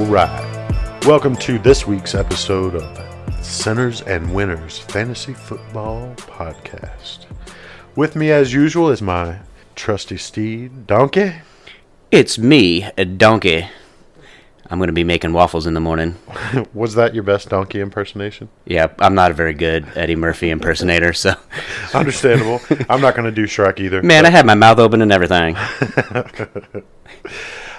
right. Welcome to this week's episode of Centers and Winners Fantasy Football Podcast. With me, as usual, is my trusty steed, Donkey. It's me, a donkey. I'm going to be making waffles in the morning. Was that your best donkey impersonation? Yeah, I'm not a very good Eddie Murphy impersonator, so. Understandable. I'm not going to do Shrek either. Man, I had my mouth open and everything. Uh,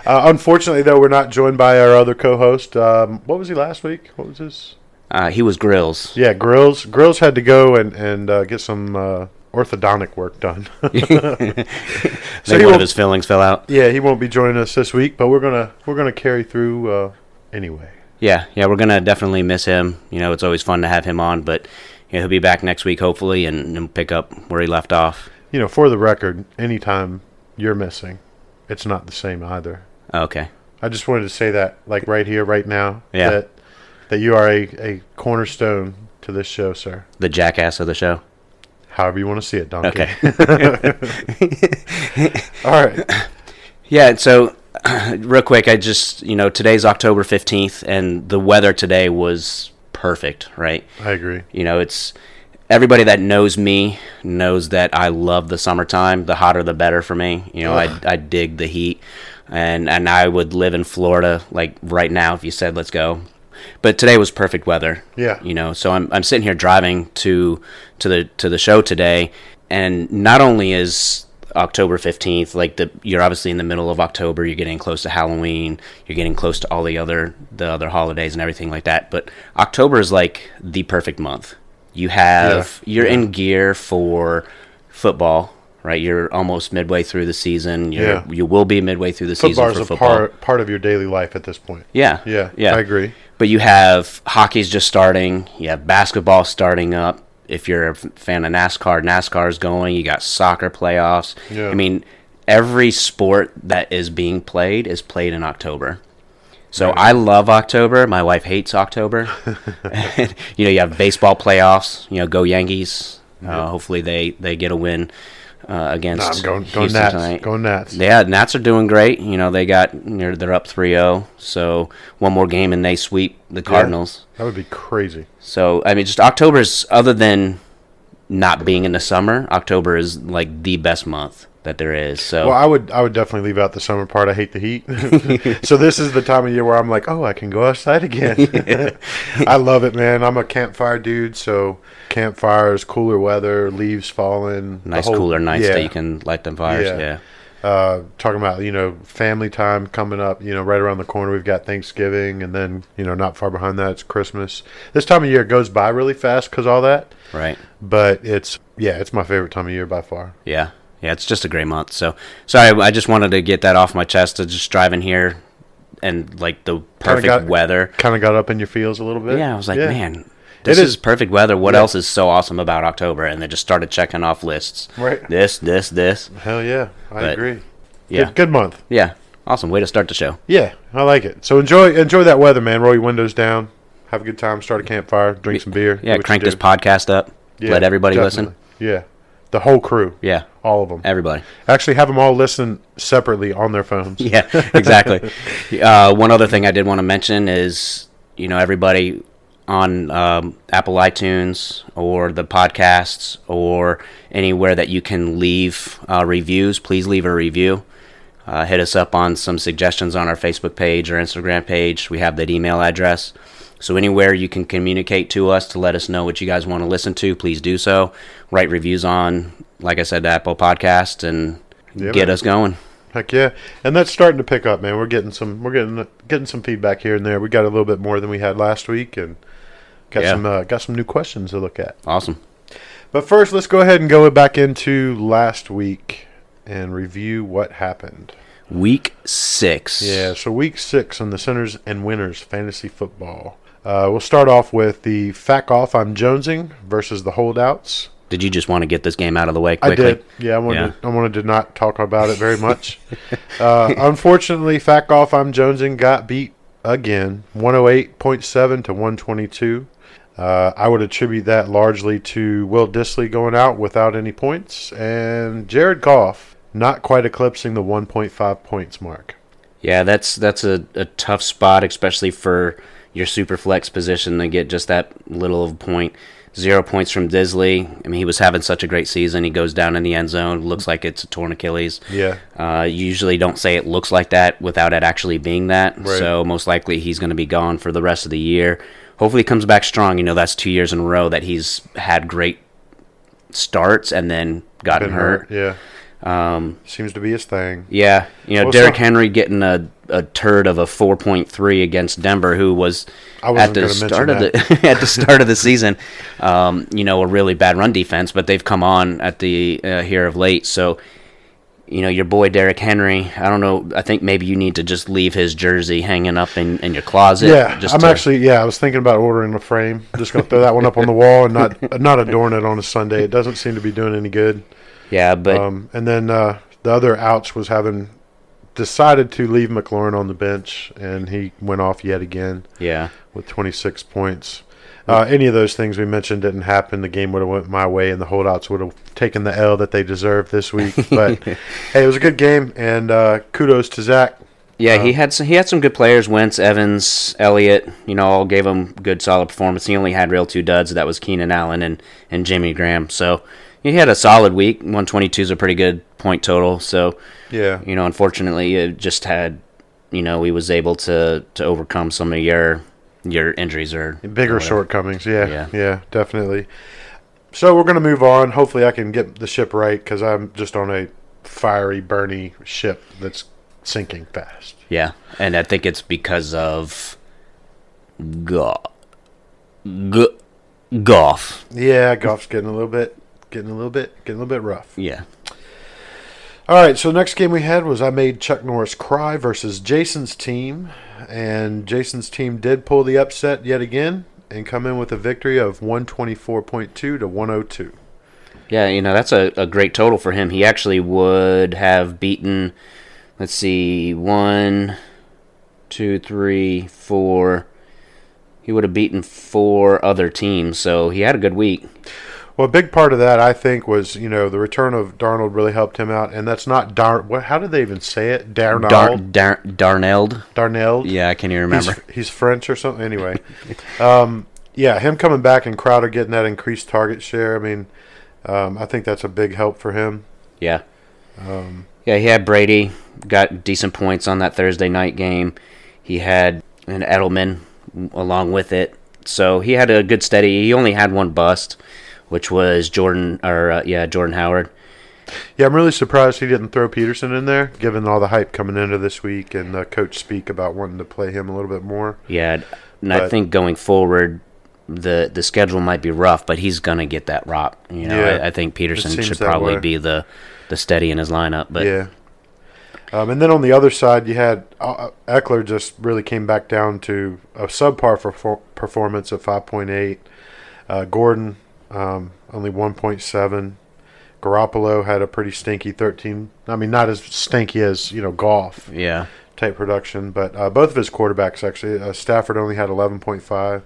unfortunately, though, we're not joined by our other co-host. Um, what was he last week? What was his? Uh, he was grills. Yeah, Grills. Grills had to go and and uh, get some uh, orthodontic work done. Maybe he one won't- of his fillings fell out. yeah, he won't be joining us this week, but we're gonna we're gonna carry through uh, anyway. Yeah, yeah, we're going to definitely miss him. You know, it's always fun to have him on, but yeah, he'll be back next week, hopefully, and, and pick up where he left off. You know, for the record, anytime you're missing, it's not the same either. Okay. I just wanted to say that, like right here, right now, Yeah. that that you are a, a cornerstone to this show, sir. The jackass of the show. However you want to see it, Donkey. Okay. All right. Yeah, so real quick, I just, you know, today's October 15th, and the weather today was perfect, right? I agree. You know, it's everybody that knows me knows that I love the summertime. The hotter, the better for me. You know, I, I dig the heat, and and I would live in Florida like right now if you said let's go. But today was perfect weather. Yeah. You know, so I'm I'm sitting here driving to to the to the show today, and not only is October 15th like the you're obviously in the middle of October you're getting close to Halloween you're getting close to all the other the other holidays and everything like that but October is like the perfect month you have you're in gear for football right you're almost midway through the season you're, Yeah. you will be midway through the Football season is for a football part part of your daily life at this point. yeah Yeah, yeah I agree. but you have hockey's just starting. You have basketball starting up. If you're a f- fan of NASCAR, NASCAR's going. You got soccer playoffs. Yeah. I mean, every sport that is being played is played in October. So I love October. My wife hates October. you know, you have baseball playoffs. You know, go Yankees. Uh, hopefully they they get a win uh, Nah, against I'm going Houston going Nats. tonight. Going Nats. Yeah, Nats are doing great. You know, they got they're, they're up 3-0, so one more game and they sweep the Cardinals. That would be crazy. So, I mean, just October's other than not being in the summer, October is like the best month that there is. So, Well, I would I would definitely leave out the summer part. I hate the heat. so this is the time of year where I'm like, oh, I can go outside again. I love it, man. I'm a campfire dude, so campfires, cooler weather, leaves falling, the nice whole- cooler nights yeah. that you can light them fires. Yeah. Yeah. Uh, talking about you know family time coming up. You know, right around the corner, we've got Thanksgiving, and then you know not far behind that, it's Christmas. This time of year goes by really fast because all that. Right. But it's yeah, it's my favorite time of year by far. Yeah. Yeah, it's just a great month. So, sorry, I just wanted to get that off my chest. I just driving here and like the perfect got- weather. Kind of got up in your feels a little bit. Yeah, I was like, man, It this is- is, perfect weather. What else is so awesome about October? And they just started checking off lists. Right. This, this, this. Hell yeah, I But- agree. Yeah. Good, good month. Yeah. Awesome way to start the show. Yeah, I like it. So enjoy enjoy that weather, man. Roll your windows down, have a good time, start a campfire, drink some beer. do Yeah. what you crank do. this podcast up. Yeah, Let everybody listen. definitely. Yeah, the whole crew. Yeah. all of them. Everybody. Actually, have them all listen separately on their phones. Yeah. Exactly. uh, one other thing I did want to mention is, you know, everybody on um, Apple iTunes or the podcasts or anywhere that you can leave uh, reviews, please leave a review. Uh, hit us up on some suggestions on our Facebook page or Instagram page. We have that email address. So, anywhere you can communicate to us to let us know what you guys want to listen to, please do so. Write reviews on, like I said, the Apple Podcast and Yeah, get man. us going. Heck yeah, and that's starting to pick up, man. We're getting some we're getting getting some feedback here and there. We got a little bit more than we had last week, and got Yeah. some uh, got some new questions to look at. Awesome. But first, let's go ahead and go back into last week and review what happened. Week six. Yeah, so week six on the Centers and Winners Fantasy Football. Uh, we'll start off with the Fack Off I'm Jonesing versus the Holdouts. Did you just want to get this game out of the way I quickly? did. Yeah, I wanted, I wanted to not talk about it very much. uh, unfortunately, Fack Off I'm Jonesing got beat again 108.7 to 122. Uh, I would attribute that largely to Will Disley going out without any points and Jared Goff not quite eclipsing the 1.5 points mark. Yeah, that's that's a, a tough spot, especially for your super flex position to get just that little of a point. Zero points from Disley. I mean, he was having such a great season. He goes down in the end zone. Looks like it's a torn Achilles. Yeah. Uh, you usually don't say it looks like that without it actually being that. Right. So most likely he's going to be gone for the rest of the year. Hopefully he comes back strong. You know, that's two years in a row that he's had great starts and then gotten Been hurt. hurt. Yeah. Um, Seems to be his thing. yeah, you know, Well, Derrick so- Henry getting a, a turd of a 4.3 against Denver, who was I at wasn't the gonna mention start of the at the start of the season, um, you know, a really bad run defense, but they've come on at the uh, here of late. So, you know, your boy Derrick Henry, I don't know. I think maybe you need to just leave his jersey hanging up in, in your closet. Yeah, just I'm to- actually. Yeah, I was thinking about ordering a frame. Just gonna throw that one up on the wall and not not adorn it on a Sunday. It doesn't seem to be doing any good. yeah, but Um, and then uh, the other ouch was having decided to leave McLaurin on the bench, and he went off yet again yeah, with 26 points. Uh, Hmm. any of those things we mentioned didn't happen. The game would have went my way, and the holdouts would have taken the L that they deserved this week. But hey, it was a good game, and uh, kudos to Zach. yeah, he had some, he had some good players. Wentz, Evans, Elliott, you know, all gave him good solid performance. He only had real two duds. That was Keenan Allen and and Jimmy Graham. So he had a solid week. 122 is a pretty good point total. So Yeah, you know, unfortunately, it just had you know he was able to to overcome some of your your injuries or bigger whatever. shortcomings. Oh, Yeah, Yeah. yeah, definitely. So we're gonna move on. Hopefully, I can get the ship right because I'm just on a fiery, burny ship that's sinking fast. Yeah, and I think it's because of go go golf. Yeah, golf's getting a little bit, getting a little bit, getting a little bit rough. Yeah. All right, so next game we had was I made Chuck Norris cry versus Jason's team, and Jason's team did pull the upset yet again and come in with a victory of 124.2 to 102. Yeah, you know, that's a, a great total for him. He actually would have beaten, let's see, one, two, three, four. He would have beaten four other teams, so he had a good week. Well, a big part of that, I think, was you know the return of Darnold really helped him out, and that's not Dar. What? How did they even say it? Darnold. Dar- Dar- Darnelled? Darnell. Yeah, I can't even He's, remember. he's French or something. Anyway, um, yeah, him coming back and Crowder getting that increased target share. I mean, um, I think that's a big help for him. Yeah. Um, yeah, he had Brady, got decent points on that Thursday night game. He had an Edelman along with it. So he had a good steady. He only had one bust, which was Jordan or uh, yeah, Jordan Howard. Yeah, I'm really surprised he didn't throw Peterson in there, given all the hype coming into this week and the coach speak about wanting to play him a little bit more. Yeah, and I But- think going forward, the the schedule might be rough, but he's gonna get that rop. You know, Yeah, I, I think Peterson seems should that probably way. be the the steady in his lineup. But yeah. Um, and then on the other side, you had uh, Eckler just really came back down to a subpar perfor- performance of 5.8. Uh, Gordon um, only 1.7. Garoppolo had a pretty stinky 13. I mean, not as stinky as you know golf yeah, type production, but uh, both of his quarterbacks actually. Uh, Stafford only had 11.5.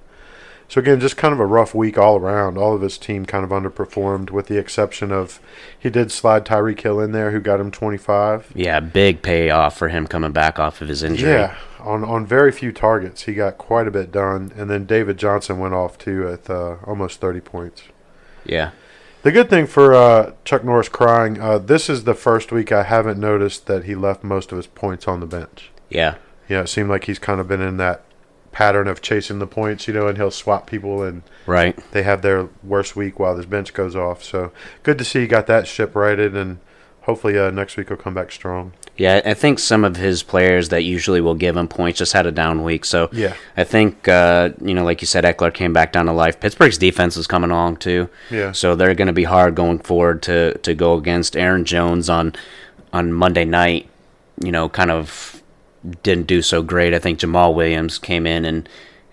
So again, just kind of a rough week all around. All of his team kind of underperformed, with the exception of he did slide Tyreek Hill in there, who got him 25. yeah, big payoff for him coming back off of his injury. Yeah, on on very few targets, he got quite a bit done, and then David Johnson went off too at uh, almost 30 points. yeah, The good thing for uh, Chuck Norris crying, uh, this is the first week I haven't noticed that he left most of his points on the bench. yeah. you know, it seemed like he's kind of been in that pattern of chasing the points, you know, and he'll swap people and Right. they have their worst week while this bench goes off. So good to see he got that ship righted and hopefully uh, next week he'll come back strong. Yeah, I think some of his players that usually will give him points just had a down week. So Yeah. I think uh, you know, like you said, Eckler came back down to life. Pittsburgh's defense is coming along too. Yeah. So they're going to be hard going forward to to go against Aaron Jones on on Monday night. You know, kind of didn't do so great. I think Jamal Williams came in and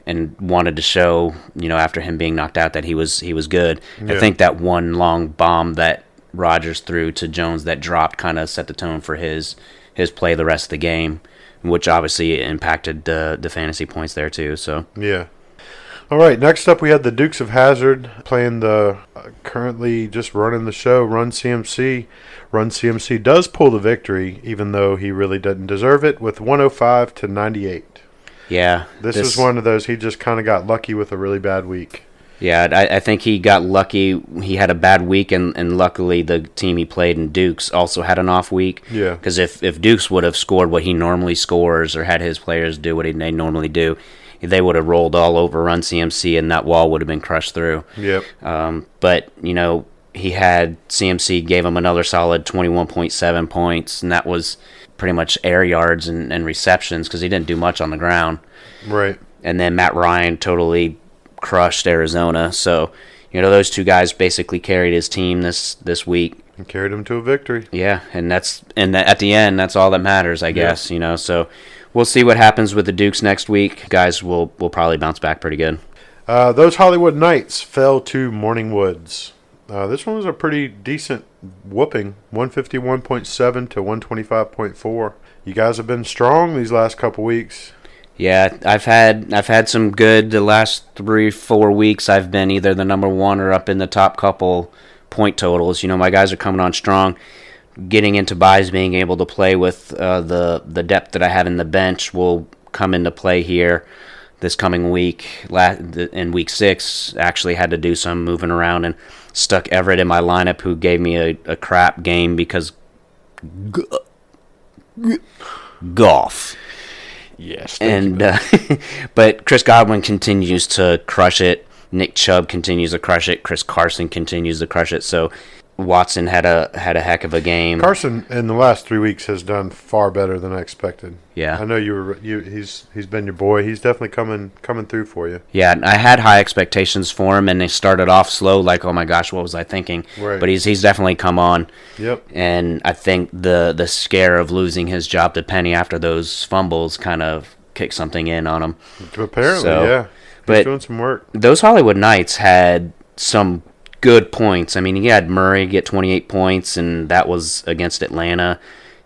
and wanted to show you know after him being knocked out that he was he was good. I Yeah. think that one long bomb that Rogers threw to Jones that dropped kind of set the tone for his his play the rest of the game, which obviously impacted the the fantasy points there too. So Yeah. All right, next up we had the Dukes of Hazard playing the uh, currently just running the show, Run CMC. Run CMC does pull the victory, even though he really doesn't deserve it, with 105 to 98. Yeah. This, is one of those he just kind of got lucky with a really bad week. Yeah, I, I think he got lucky. He had a bad week, and, and luckily the team he played in Dukes also had an off week. Yeah. Because if, if Dukes would have scored what he normally scores or had his players do what he, they normally do, they would have rolled all over Run CMC, and that wall would have been crushed through. Yep. Um, but you know, he had CMC gave him another solid 21.7 points, and that was pretty much air yards and, and receptions because he didn't do much on the ground. Right. And then Matt Ryan totally crushed Arizona. So you know, those two guys basically carried his team this this week. And carried him to a victory. Yeah, and that's and tha- at the end, that's all that matters, I guess. You know, so we'll see what happens with the Dukes next week. Guys, will will probably bounce back pretty good. Uh, those Hollywood Knights fell to Morning Woods. Uh, this one was a pretty decent whooping 151.7 to 125.4. You guys have been strong these last couple weeks. Yeah, I've had I've had some good the last three four weeks. I've been either the number one or up in the top couple point totals. You know, my guys are coming on strong, getting into buys, being able to play with uh, the the depth that I have in the bench will come into play here this coming week. La- the- in week six, actually had to do some moving around and stuck Everett in my lineup, who gave me a, a crap game because g- uh, g- golf Yes. and uh, but Chris Godwin continues to crush it. Nick Chubb continues to crush it. Chris Carson continues to crush it. So Watson had a had a heck of a game. Carson in the last three weeks has done far better than I expected. Yeah. I know you were you. He's he's been your boy. He's definitely coming coming through for you. yeah, and I had high expectations for him, and they started off slow. Like, oh my gosh, what was I thinking? Right. But he's he's definitely come on. Yep. And I think the the scare of losing his job to Penny after those fumbles kind of kicked something in on him. Apparently, So, yeah. He's but- doing some work. those Hollywood Knights had some good points. I mean, he had Murray get 28 points, and that was against Atlanta.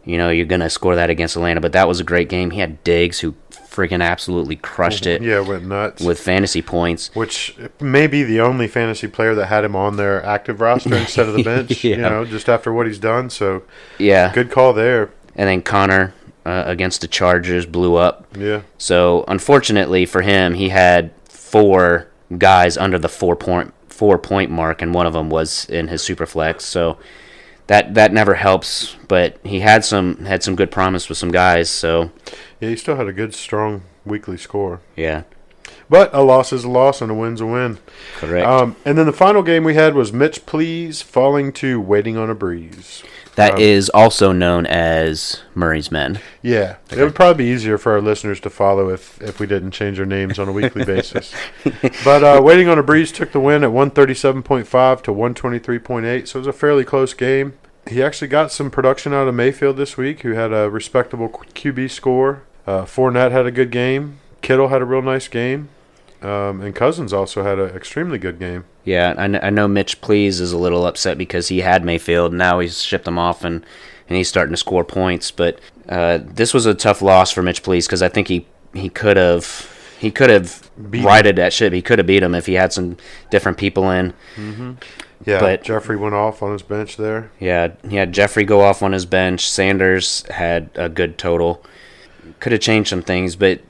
You know, you're going to score that against Atlanta, but that was a great game. He had Diggs, who freaking absolutely crushed it Yeah, went nuts. with fantasy points. which may be the only fantasy player that had him on their active roster instead of the bench. You Yeah. know, just after what he's done. So Yeah. good call there. And then Connor uh, against the Chargers blew up. Yeah. So unfortunately for him, he had four guys under the four point four point mark, and one of them was in his super flex. So that that never helps. But he had some had some good promise with some guys. So Yeah, he still had a good strong weekly score. yeah, But a loss is a loss and a win's a win. correct. Um, and then the final game we had was Mitch Please falling to Waiting on a Breeze. that is also known as Murray's Men. Yeah, it would probably be easier for our listeners to follow if, if we didn't change our names on a weekly basis. But uh, waiting on a breeze took the win at one thirty seven point five to one twenty three point eight, so it was a fairly close game. He actually got some production out of Mayfield this week, who had a respectable Q- QB score. Uh, Fournette had a good game. Kittle had a real nice game, um, and Cousins also had an extremely good game. Yeah, I, kn- I know Mitch Please is a little upset because he had Mayfield. Now he's shipped him off and, and he's starting to score points. But uh, this was a tough loss for Mitch Please because I think he, he could have he could have Beat him. righted that ship. He could have beat him if he had some different people in. Yeah, But- Jeffrey went off on his bench there. Yeah, he had Jeffrey go off on his bench. Sanders had a good total. Could have changed some things, but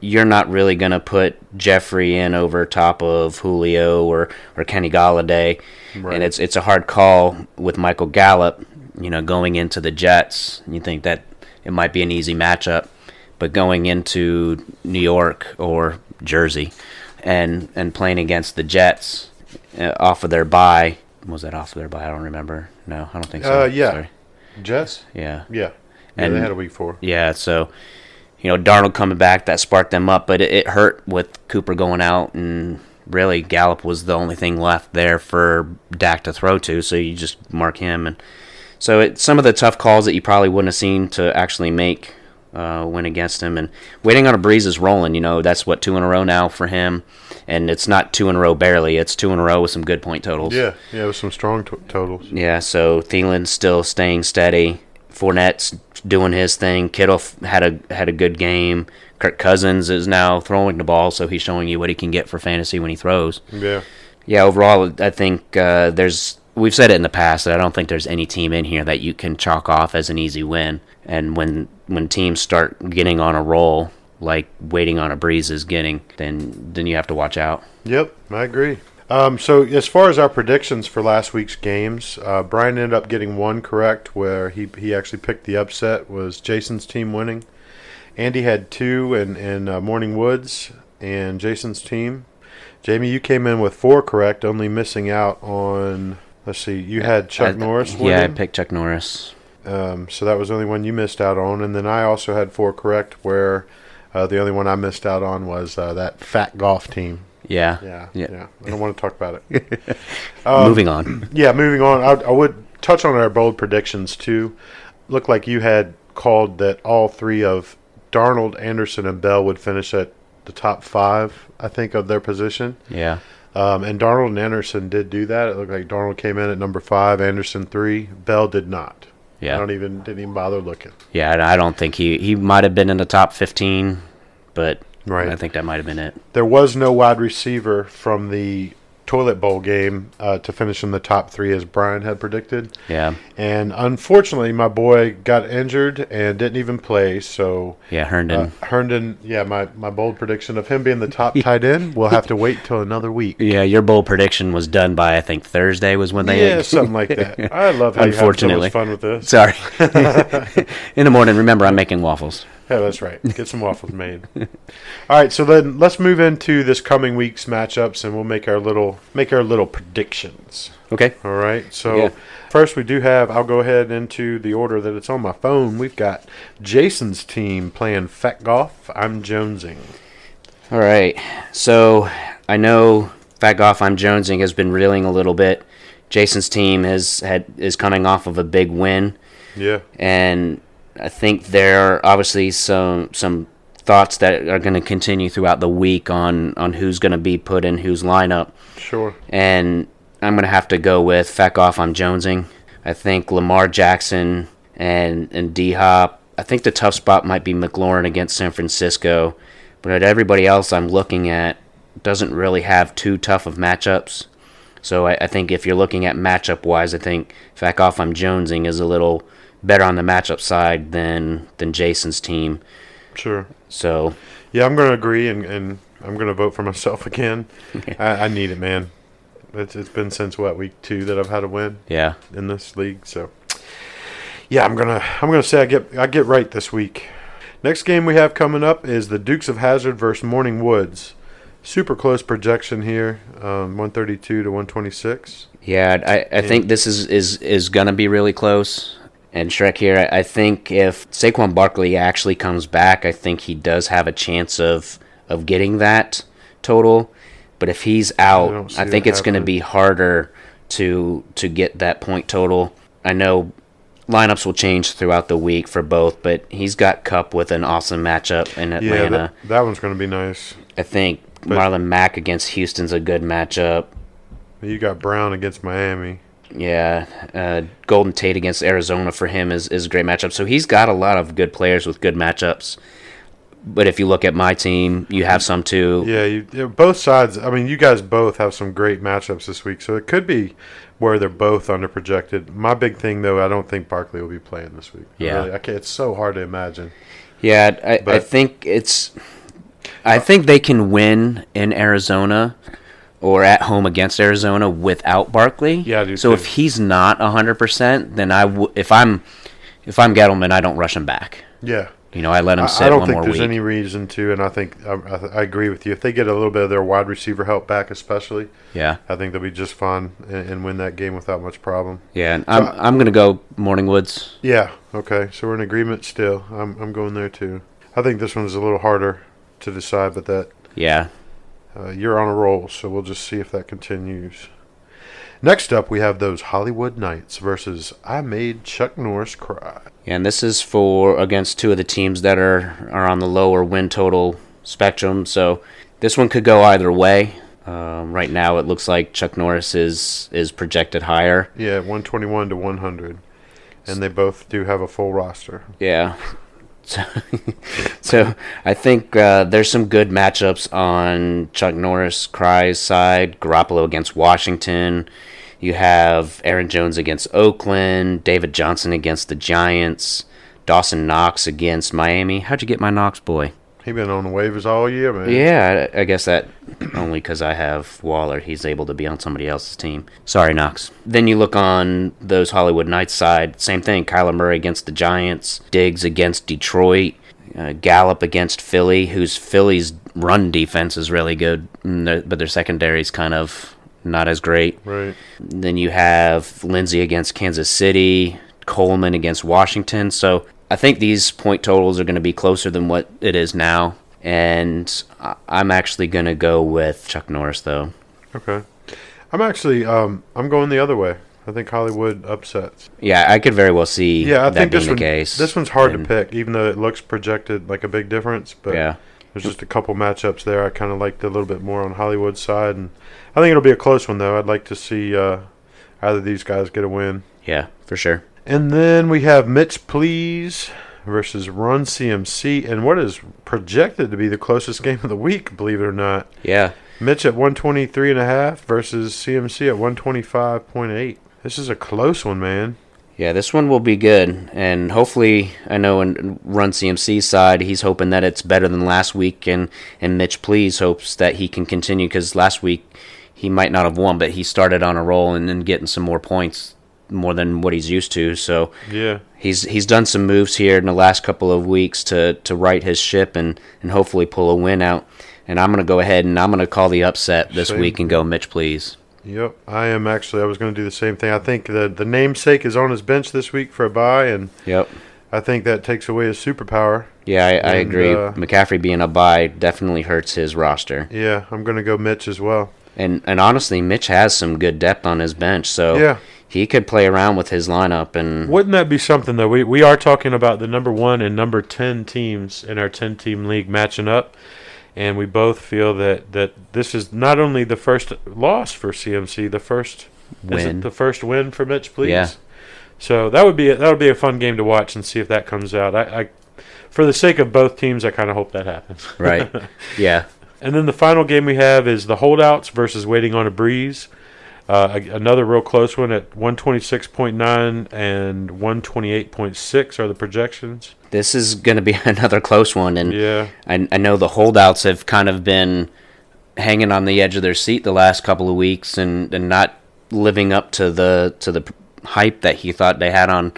you're not really going to put Jeffrey in over top of Julio or, or Kenny Galladay. Right. And it's it's a hard call with Michael Gallup, you know, going into the Jets. You think that it might be an easy matchup, but going into New York or Jersey and and playing against the Jets uh, off of their bye, was that off of their bye? I don't remember. No, I don't think so. Uh, yeah. Sorry. Jess, Yeah. yeah, yeah, And- they had a week four. Yeah, so you know, Darnold coming back that sparked them up, but it, it hurt with Cooper going out, and really Gallup was the only thing left there for Dak to throw to. So you just mark him, and so it, some of the tough calls that you probably wouldn't have seen to actually make uh, went against him, and waiting on a breeze is rolling. You know, that's what two in a row now for him, and it's not two in a row barely; it's two in a row with some good point totals. Yeah, yeah, it was some strong t- totals. Yeah, so Thielen's still staying steady. Fournette's doing his thing. Kittle f- had a had a good game. Kirk Cousins is now throwing the ball, so he's showing you what he can get for fantasy when he throws. Yeah. Yeah, overall, I think uh, there's. We've said it in the past that I don't think there's any team in here that you can chalk off as an easy win. And when when teams start getting on a roll, like waiting on a breeze is getting, then then you have to watch out. Yep, I agree. Um, so as far as our predictions for last week's games, uh, Brian ended up getting one correct, where he he actually picked the upset was Jason's team winning. Andy had two, and and uh, Morning Woods and Jason's team. Jamie, you came in with four correct, only missing out on. Let's see, you had Chuck I- Norris winning. Yeah, I picked Chuck Norris. Um, so that was the only one you missed out on, and then I also had four correct, where uh, the only one I missed out on was uh, that fat golf team. Yeah. Yeah, Um, yeah. Yeah. I don't want to talk about it. Moving on. Yeah, moving on. I, I would touch on our bold predictions too. Looked like you had called that all three of Darnold, Anderson, and Bell would finish at the top five. I think of their position. Yeah. Um, and Darnold and Anderson did do that. It looked like Darnold came in at number five, Anderson three, Bell did not. I Yeah. don't e- even didn't even bother looking. Yeah. and I don't think he he might have been in the top 15, but Right. I think that might have been it. There was no wide receiver from the toilet bowl game uh, to finish in the top three as Brian had predicted. Yeah. And unfortunately, my boy got injured and didn't even play. So Yeah. Herndon. uh, Herndon, yeah, my, my bold prediction of him being the top tight end, we'll have to wait till another week. yeah. Your bowl prediction was done by I think Thursday was when they. Yeah, something like that. I love how you have so Unfortunately. much fun with this. Sorry. in the morning, remember I'm making waffles. Yeah, that's right. Get some waffles made. All right, so then let's move into this coming week's matchups, and we'll make our little make our little predictions. Okay. All right. So Yeah. first, we do have. I'll go ahead into the order that it's on my phone. We've got Jason's team playing Fat Golf. I'm jonesing. All right. So I know Fat Goff I'm Jonesing has been reeling a little bit. Jason's team has had is coming off of a big win. Yeah. and I think there are obviously some some thoughts that are going to continue throughout the week on on who's going to be put in whose lineup, Sure. and I'm going to have to go with feck off. I'm jonesing. I think Lamar Jackson and and D Hop. I think the tough spot might be McLaurin against San Francisco, but everybody else I'm looking at doesn't really have too tough of matchups. So I, I think if you're looking at matchup wise, I think Fack Off I'm Jonesing is a little better on the matchup side than than Jason's team. Sure. So Yeah, I'm going to agree, and, and I'm going to vote for myself again. I, I need it, man. It's, it's been since what week two that I've had a win yeah, in this league. So yeah, I'm gonna I'm gonna say I get I get right this week. Next game we have coming up is the Dukes of Hazard versus Morning Woods. Super close projection here, um, 132 to 126. yeah, I, I think this is is is gonna be really close. And Shrek here, I, I think if Saquon Barkley actually comes back, I think he does have a chance of of getting that total. But if he's I don't out, see I, think that it's going to happening. be harder to to get that point total. I know lineups will change throughout the week for both, but he's got Cup with an awesome matchup in Yeah, Atlanta. that, that one's gonna be nice. I think Marlon Mack against Houston's a good matchup. You got Brown against Miami. Yeah, uh, Golden Tate against Arizona for him is, is a great matchup. So he's got a lot of good players with good matchups. But if you look at my team, you have some too. Yeah, you, yeah, both sides. I mean, you guys both have some great matchups this week, so it could be where they're both under projected. My big thing though, I don't think Barkley will be playing this week. I Yeah. really, I can't, it's so hard to imagine. Yeah, I, I But- think it's. I think they can win in Arizona or at home against Arizona without Barkley. Yeah, I do So too. if he's not 100%, then I w- if I'm if I'm Gettleman, I don't rush him back. Yeah, You know, I let him sit I don't one think more there's week. any reason to, and I think I, I, I agree with you. If they get a little bit of their wide receiver help back, especially, yeah. I think they'll be just fine and, and win that game without much problem. Yeah, and I'm I'm going to go Morning Woods. Yeah. Okay. So we're in agreement still. I'm I'm going there too. I think this one's a little harder to decide, but that Yeah. uh, you're on a roll, so we'll just see if that continues. Next up, we have those Hollywood Knights versus I Made Chuck Norris Cry. And this is for against two of the teams that are, are on the lower win total spectrum. So this one could go either way. Um, right now, it looks like Chuck Norris is is projected higher. Yeah, 121 to 100. and they both do have a full roster. Yeah. So, so I think uh, there's some good matchups on Chuck Norris Cry's side. Garoppolo against Washington. You have Aaron Jones against Oakland. David Johnson against the Giants. Dawson Knox against Miami. How'd you get my Knox boy? He been on the waivers all year, man. Yeah, I I guess that only because I have Waller, he's able to be on somebody else's team. Sorry, Knox. Then you look on those Hollywood Knights side, same thing. Kyler Murray against the Giants, Diggs against Detroit, uh, Gallup against Philly, whose Philly's run defense is really good, and their- but their secondary's kind of not as great. Right. Then you have Lindsey against Kansas City, Coleman against Washington. So I think these point totals are going to be closer than what it is now. And I- I'm actually going to go with Chuck Norris, though. Okay. I'm actually um I'm going the other way. I think Hollywood upsets. Yeah, I could very well see Yeah, I that think being this the one case. this one's hard And- to pick, even though it looks projected like a big difference. But Yeah. there's just a couple matchups there. I kind of liked a little bit more on Hollywood's side, and I think it'll be a close one though. I'd like to see uh, either of these guys get a win. Yeah, for sure. And then we have Mitch Please versus Run CMC, and what is projected to be the closest game of the week, believe it or not. Yeah. Mitch at 123 and a half versus CMC at 125.8. This is a close one, man. Yeah, this one will be good, and hopefully, I know in Run CMC's side, he's hoping that it's better than last week, and and Mitch Please hopes that he can continue because last week he might not have won, but he started on a roll and then getting some more points, more than what he's used to. So Yeah. he's he's done some moves here in the last couple of weeks to to right his ship and and hopefully pull a win out. And I'm gonna go ahead and I'm gonna call the upset this Same. week and go Mitch Please. Yep. I am actually, I was going to do the same thing. I think the, the namesake is on his bench this week for a bye, and Yep. I think that takes away his superpower. Yeah, I, I And, agree. uh, McCaffrey being a bye definitely hurts his roster. Yeah, I'm going to go Mitch as well. And and honestly, Mitch has some good depth on his bench, so Yeah. he could play around with his lineup. And Wouldn't that be something, though? We, we are talking about the number one and number 10 teams in our 10 team league matching up. And we both feel that, that this is not only the first loss for CMC, the first Is Win. it the first win for Mitch, please? Yeah. So that would be a, that would be a fun game to watch and see if that comes out. I, I for the sake of both teams, I kind of hope that happens. right, yeah, And then the final game we have is the holdouts versus waiting on a breeze. Uh, a- another real close one at 126.9 and 128.6 are the projections. this is going to be another close one. And Yeah. I, I know the holdouts have kind of been hanging on the edge of their seat the last couple of weeks and, and not living up to the to the hype that he thought they had on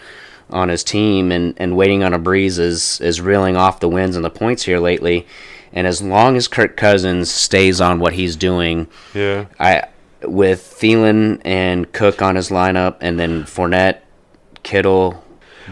on his team and, and waiting on a breeze is is reeling off the wins and the points here lately. And as long as Kirk Cousins stays on what he's doing, Yeah. I with Thielen and Cook on his lineup, and then Fournette, Kittle,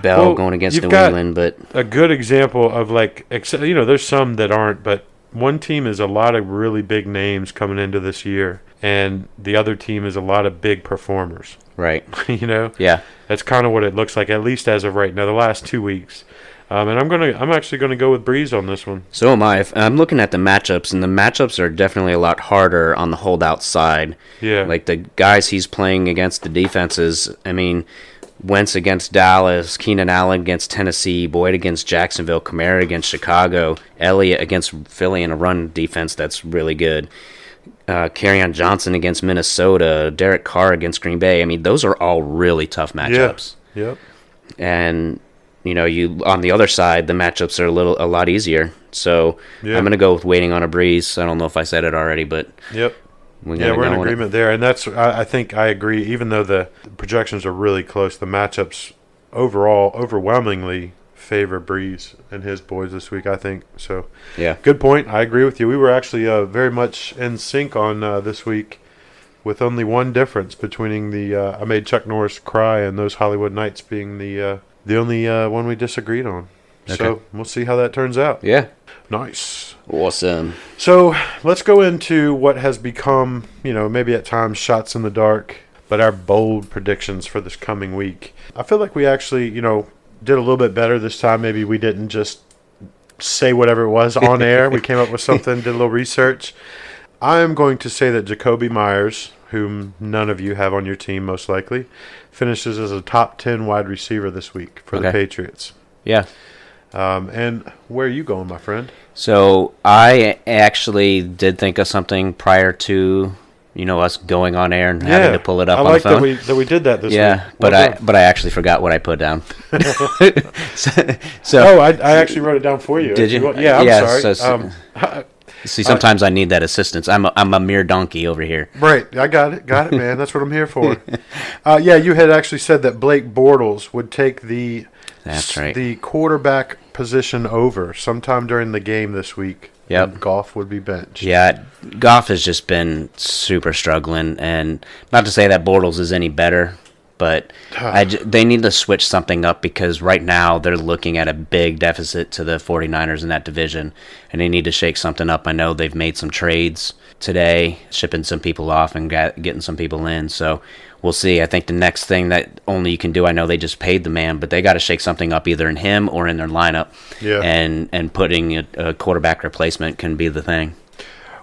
Bell Well, going against you've New got- England. But a good example of like except you know there's some that aren't but one team is a lot of really big names coming into this year and the other team is a lot of big performers right, you know yeah, that's kind of what it looks like at least as of right now the last two weeks um, and i'm gonna i'm actually gonna go with breeze on this one so am I. If- I'm looking at the matchups, and the matchups are definitely a lot harder on the holdout side. yeah Like the guys he's playing against the defenses. I mean, Wentz against Dallas, Keenan Allen against Tennessee, Boyd against Jacksonville, Kamara against Chicago, Elliott against Philly in a run defense that's really good. Uh, Carryon Johnson against Minnesota, Derek Carr against Green Bay. I mean, those are all really tough yeah matchups. yep And you know, you on the other side, the matchups are a little a lot easier. So Yeah. I'm gonna go with waiting on a breeze. I don't know if I said it already, but yep we're yeah gonna we're in go on it. agreement there and that's I, I think i agree even though the projections are really close the matchups overall overwhelmingly favor breeze and his boys this week i think so Yeah, Good point. I agree with you. We were actually uh, very much in sync on uh, this week, with only one difference between the uh, I made Chuck Norris cry and those Hollywood Nights being the uh, the only uh, one we disagreed on. So Okay. we'll see how that turns out. yeah, Nice. awesome. So let's go into what has become, you know, maybe at times shots in the dark, but our bold predictions for this coming week. I feel like we actually, you know, did a little bit better this time. Maybe we didn't just say whatever it was on air. We came up with something, did a little research. I am going to say that Jacoby Myers, whom none of you have on your team most likely, finishes as a top 10 wide receiver this week for the Okay. Patriots. Yeah. Um, and where are you going, my friend? So I actually did think of something prior to you know us going on air and having to pull it up I on like the phone. That, we, that we did that this yeah, week. but Well I done. but I actually forgot what I put down. so, so- Oh, I, I actually wrote it down for you. Did If you? want- Yeah, I'm Yeah, sorry. so it's- um, see, sometimes I need that assistance. I'm a, I'm a mere donkey over here. Right, I got it, got it, man. That's what I'm here for. uh, yeah, you had actually said that Blake Bortles would take the That's right. the quarterback position over sometime during the game this week. Yep. and Goff would be benched. Yeah, Goff has just been super struggling, and not to say that Bortles is any better, but I j- they need to switch something up because right now they're looking at a big deficit to the 49ers in that division, and they need to shake something up. I know they've made some trades today, shipping some people off and got, getting some people in, so we'll see. I think the next thing that only you can do, I know they just paid the man, but they got to shake something up either in him or in their lineup, Yeah. and, and putting a, a quarterback replacement can be the thing.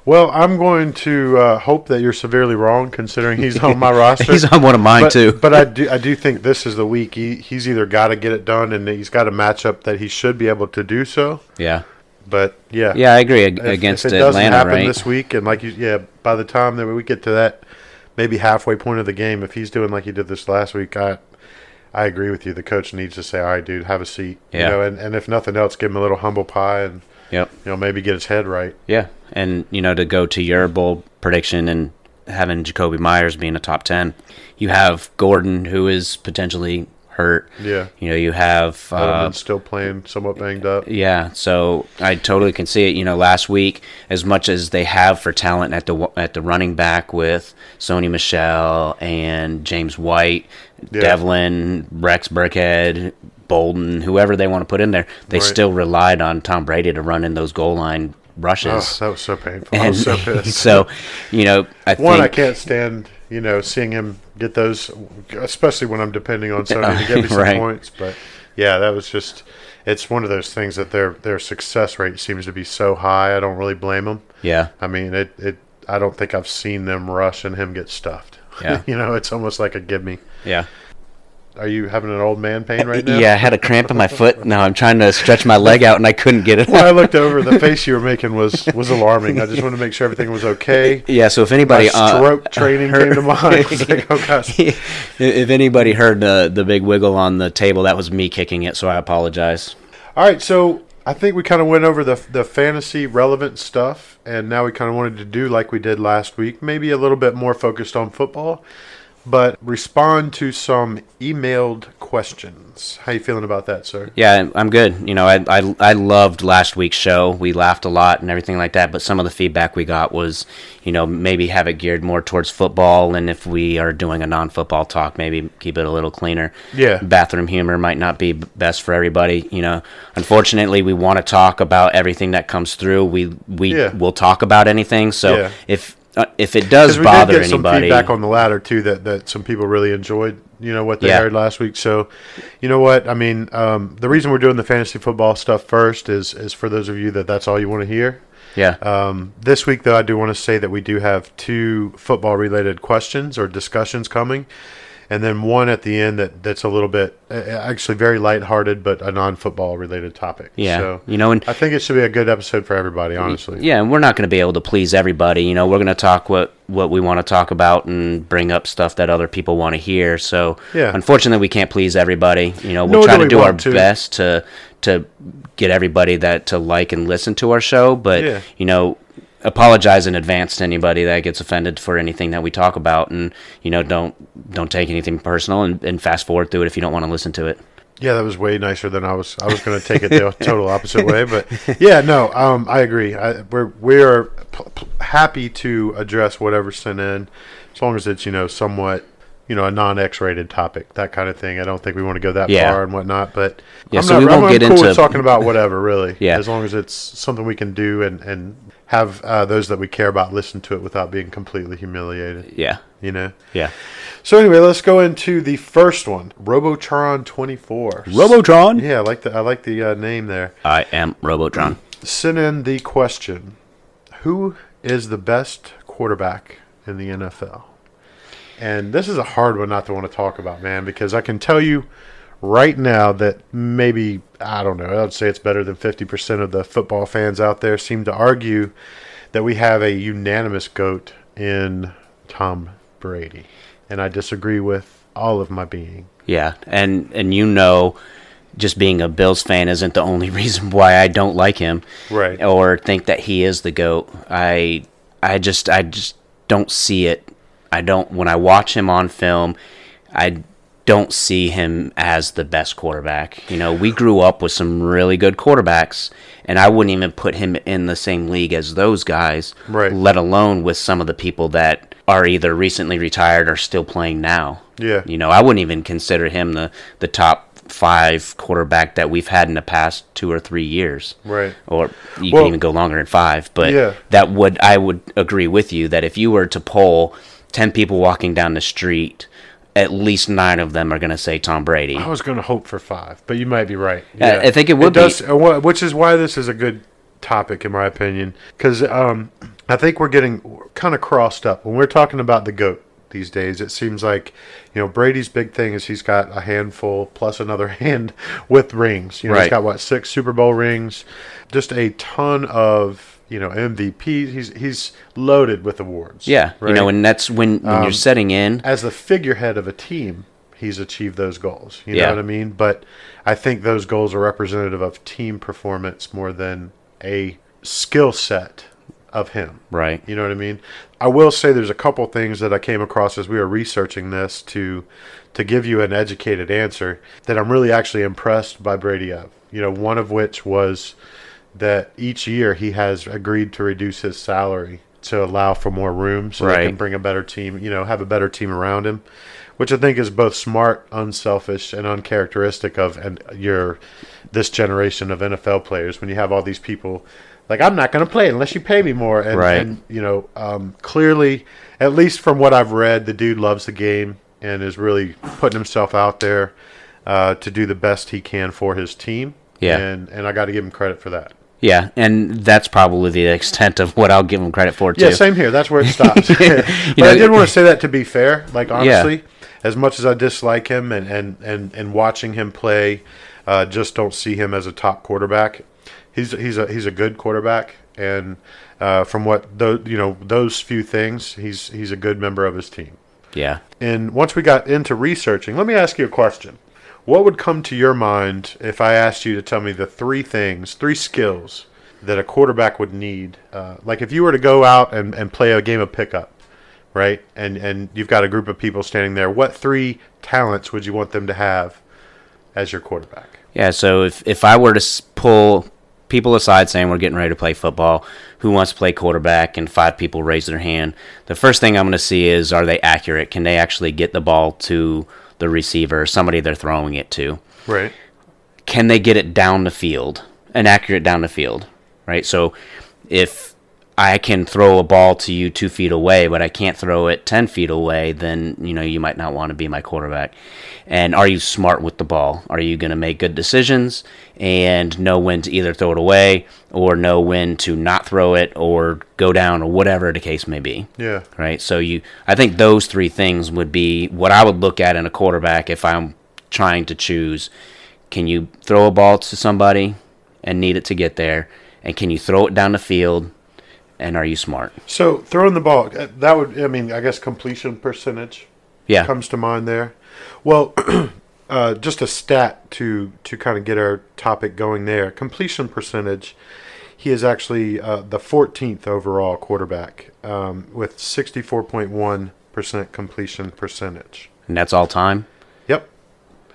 Well, I'm going to uh, hope that you're severely wrong, considering he's on my roster. He's on one of mine but, too. but I do I do think this is the week he, he's either got to get it done and he's got a matchup that he should be able to do so. yeah, But yeah, yeah, I agree. Ag- If- against if it doesn't Atlanta, happen right? this week, and like you, yeah, by the time that we get to that maybe halfway point of the game, if he's doing like he did this last week, I I agree with you. The coach needs to say, "All right, dude, have a seat." Yeah. You know, and, and if nothing else, give him a little humble pie, and Yep. you know maybe get his head right. Yeah, and you know to go to your bowl prediction and having Jacoby Myers being a top ten, you have Gordon who is potentially hurt. Yeah. You know you have uh, Edelman's still playing somewhat banged up. Yeah, so I totally can see it. You know, last week, as much as they have for talent at the at the running back with Sony Michelle and James White, Yeah. Devlin, Rex Burkhead, Bolden, whoever they want to put in there, they Right. still relied on Tom Brady to run in those goal line Oh, rushes. that was so painful. I and was so pissed. so, you know, I One, think I can't stand you know seeing him get those, especially when I'm depending on Sony to get me some Right. points. But yeah, that was just it's one of those things that their their success rate seems to be so high. I don't really blame them. yeah, I mean, it it I don't think I've seen them rush and him get stuffed. Yeah. you know, it's almost like a give me. yeah. Are you having an old man pain right now? Yeah, I had a cramp in my foot. Now I'm trying to stretch my leg out and I couldn't get it. When I looked over, the face you were making was was alarming. I just wanted to make sure everything was okay. Yeah, so if My anybody uh, stroke training came to mind. I was like, oh gosh. if if anybody heard the the big wiggle on the table, that was me kicking it, so I apologize. All right, so I think we kind of went over the the fantasy relevant stuff, and now we kind of wanted to do like we did last week, maybe a little bit more focused on football, but respond to some emailed questions. How you feeling about that, sir? Yeah, I'm- I'm good. You know, I, I I loved last week's show. We laughed a lot and everything like that. But some of the feedback we got was, you know, maybe have it geared more towards football, and if we are doing a non-football talk, maybe keep it a little cleaner. Yeah. bathroom humor might not be b- best for everybody. You know, unfortunately, we want to talk about everything that comes through. We we Yeah. will talk about anything. So Yeah. if uh, if it does we bother did get some anybody, feedback on the latter too that, that some people really enjoyed you know what they Yeah. heard last week so you know what i mean um, the reason we're doing the fantasy football stuff first is is for those of you that that's all you want to hear yeah, Um, this week, though, I do want to say that we do have two football related questions or discussions coming, and then one at the end that, that's a little bit uh, actually very lighthearted, but a non football related topic. Yeah, So you know, and I think it should be a good episode for everybody, honestly. yeah, and we're not going to be able to please everybody. You know, we're going to talk what what we want to talk about and bring up stuff that other people want to hear. So, Yeah. unfortunately, we can't please everybody. You know, we'll Nor try do to we do our want to. best to to get everybody that to like and listen to our show, but Yeah. you know. Apologize in advance to anybody that gets offended for anything that we talk about, and you know, don't don't take anything personal, and, and fast forward through it if you don't want to listen to it. Yeah, that was way nicer than I was. I was going to take it the total opposite way, but yeah, no, um, I agree. I, we're we're p- p- happy to address whatever's sent in, as long as it's you know somewhat you know a non X rated topic, that kind of thing. I don't think we want to go that Yeah. far and whatnot, but Yeah, I'm so not, we won't I'm, get I'm cool into- with talking about whatever really. Yeah. as long as it's something we can do and and have uh, those that we care about listen to it without being completely humiliated. Yeah, You know. yeah. So anyway, let's go into the first one, Robotron twenty four. Robotron. Yeah, I like the I like the uh, name there. I am Robotron. Send in the question: Who is the best quarterback in the NFL? And this is a hard one not to want to talk about, man, because I can tell you right now that maybe, I don't know, I'd say it's better than 50% of the football fans out there seem to argue that we have a unanimous GOAT in Tom Brady. And I disagree with all of my being. Yeah, and and you know, just being a Bills fan isn't the only reason why I don't like him, Right. Or think that he is the goat. I I just I just don't see it. I don't when I watch him on film, I don't see him as the best quarterback. You know, we grew up with some really good quarterbacks, and I wouldn't even put him in the same league as those guys, Right. Let alone with some of the people that are either recently retired or still playing now. Yeah. You know, I wouldn't even consider him the, the top five quarterback that we've had in the past two or three years. Right. Or you Well- can even go longer than five. But Yeah. that would I would agree with you that if you were to poll ten people walking down the street, at least nine of them are gonna say Tom Brady. I was going to hope for five, but you might be right. Yeah, Uh, I think it would does, uh, wh- which is why this is a good topic, in my opinion, because um, I think we're getting kind of crossed up when we're talking about the goat these days. It seems like you know Brady's big thing is he's got a handful plus another hand with rings. You know, he's Right. got what six Super Bowl rings, just a ton of you know MVPs. He's he's loaded with awards. Yeah. You right? Um, know, and that's when, when you're setting in as the figurehead of a team, he's achieved those goals. You know Yeah. what I mean? But I think those goals are representative of team performance more than a skill set of him. Right. You know what I mean? I will say there's a couple things that I came across as we were researching this to to give you an educated answer that I'm really actually impressed by Brady of. You know, one of which was that each year he has agreed to reduce his salary to allow for more room so they can Right. bring a better team, you know, have a better team around him, which I think is both smart, unselfish, and uncharacteristic of and your this generation of NFL players when you have all these people like I'm not going to play unless you pay me more and, Right. and you know um, clearly at least from what I've read the dude loves the game and is really putting himself out there uh, to do the best he can for his team Yeah. and and I got to give him credit for that Yeah, and that's probably the extent of what I'll give him credit for too. Yeah, same here. That's where it stops. but know, I did want to say that to be fair. Like honestly, as much as I dislike him and and and, and watching him play, uh, just don't see him as a top quarterback. He's he's a he's a good quarterback, and uh, from what those you know those few things, he's he's a good member of his team. yeah. And once we got into researching, let me ask you a question. What would come to your mind if I asked you to tell me the three things, three skills that a quarterback would need? Uh, like if you were to go out and, and play a game of pickup, right? And, and you've got a group of people standing there, what three talents would you want them to have as your quarterback? Yeah, so if, if I were to s- pull people aside saying we're getting ready to play football, who wants to play quarterback, and five people raise their hand, the first thing I'm going to see is are they accurate? Can they actually get the ball to the receiver, somebody they're throwing it to? Right. Can they get it down the field and accurate down the field, right? So if I can throw a ball to you two feet away, but I can't throw it 10 feet away, then, you know, you might not want to be my quarterback. And are you smart with the ball? Are you going to make good decisions and know when to either throw it away or know when to not throw it or go down or whatever the case may be? Yeah. right? So you, I think those three things would be what I would look at in a quarterback if I'm trying to choose. Can you throw a ball to somebody and need it to get there, and can you throw it down the field, and are you smart? So throwing the ball, uh, that would, I mean, I guess completion percentage. Yeah, comes to mind there. Well, uh, just a stat to to kind of get our topic going there. Completion percentage. He is actually uh, the 14th overall quarterback um, with 64.1 percent completion percentage. and that's all time. Yep,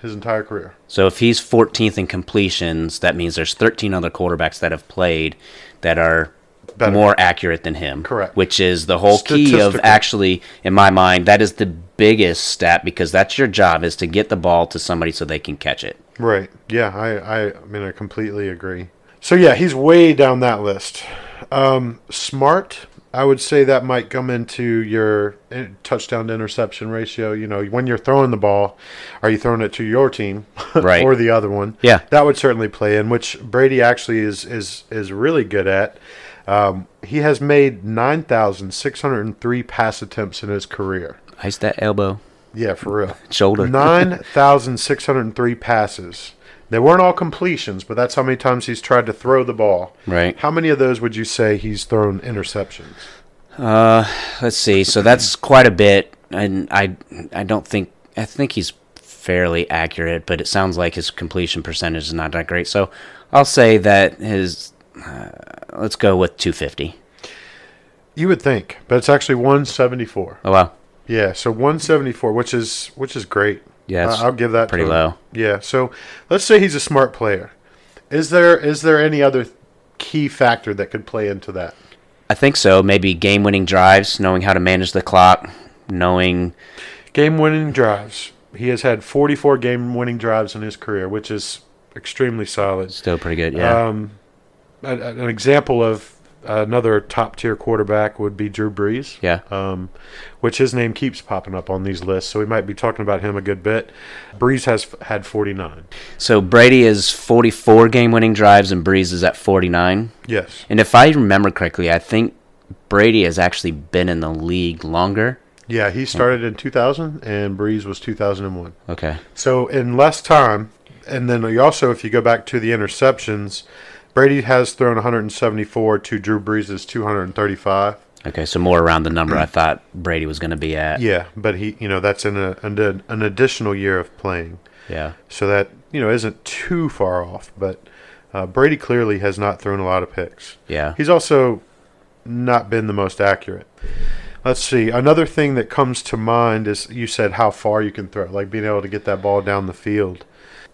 his entire career. So if he's 14th in completions, that means there's 13 other quarterbacks that have played that are Better. more accurate than him. Correct. Which is the whole key of Statistical. actually, in my mind, that is the biggest stat because that's your job is to get the ball to somebody so they can catch it. Right. Yeah. I, I. I mean, I completely agree. So yeah, he's way down that list. Um, smart. I would say that might come into your eh, touchdown to interception ratio. You know, when you're throwing the ball, are you throwing it to your team Right. or the other one? Yeah. that would certainly play in, which Brady actually is is is really good at. Um, he has made 9,603 pass attempts in his career. Ice that elbow, Yeah, for real. shoulder. 9,603 passes. They weren't all completions, but that's how many times he's tried to throw the ball. Right. How many of those would you say he's thrown interceptions? Uh, let's see. So that's quite a bit, and I I don't think I think he's fairly accurate, but it sounds like his completion percentage is not that great. So I'll say that his uh, let's go with 250. You would think, but it's actually 174. Oh wow, Yeah, so 174, which is which is great. Yeah, it's I- I'll give that pretty to him. low. Yeah, so let's say he's a smart player. Is there is there any other key factor that could play into that? I think so. Maybe game-winning drives, knowing how to manage the clock, knowing Game winning drives. He has had 44 game winning drives in his career, which is extremely solid. still pretty good. Yeah, Um, a- a- an example of another top tier quarterback would be Drew Brees. yeah. um, which his name keeps popping up on these lists, so we might be talking about him a good bit. Breeze has f- had 49. So Brady is 44 game-winning drives, and Breeze is at 49. Yes. And if I remember correctly, I think Brady has actually been in the league longer. Yeah, he started in 2000, and Breeze was 2001. Okay. So in less time, and then you also, if you go back to the interceptions, Brady has thrown 174 to Drew Brees' 235. Okay, so more around the number I thought Brady was going to be at. Mm. Yeah, but he, you know, that's in a, an, an additional year of playing. Yeah. So that, you know, isn't too far off, but uh, Brady clearly has not thrown a lot of picks. Yeah. He's also not been the most accurate. Let's see. Another thing that comes to mind is you said how far you can throw, like being able to get that ball down the field.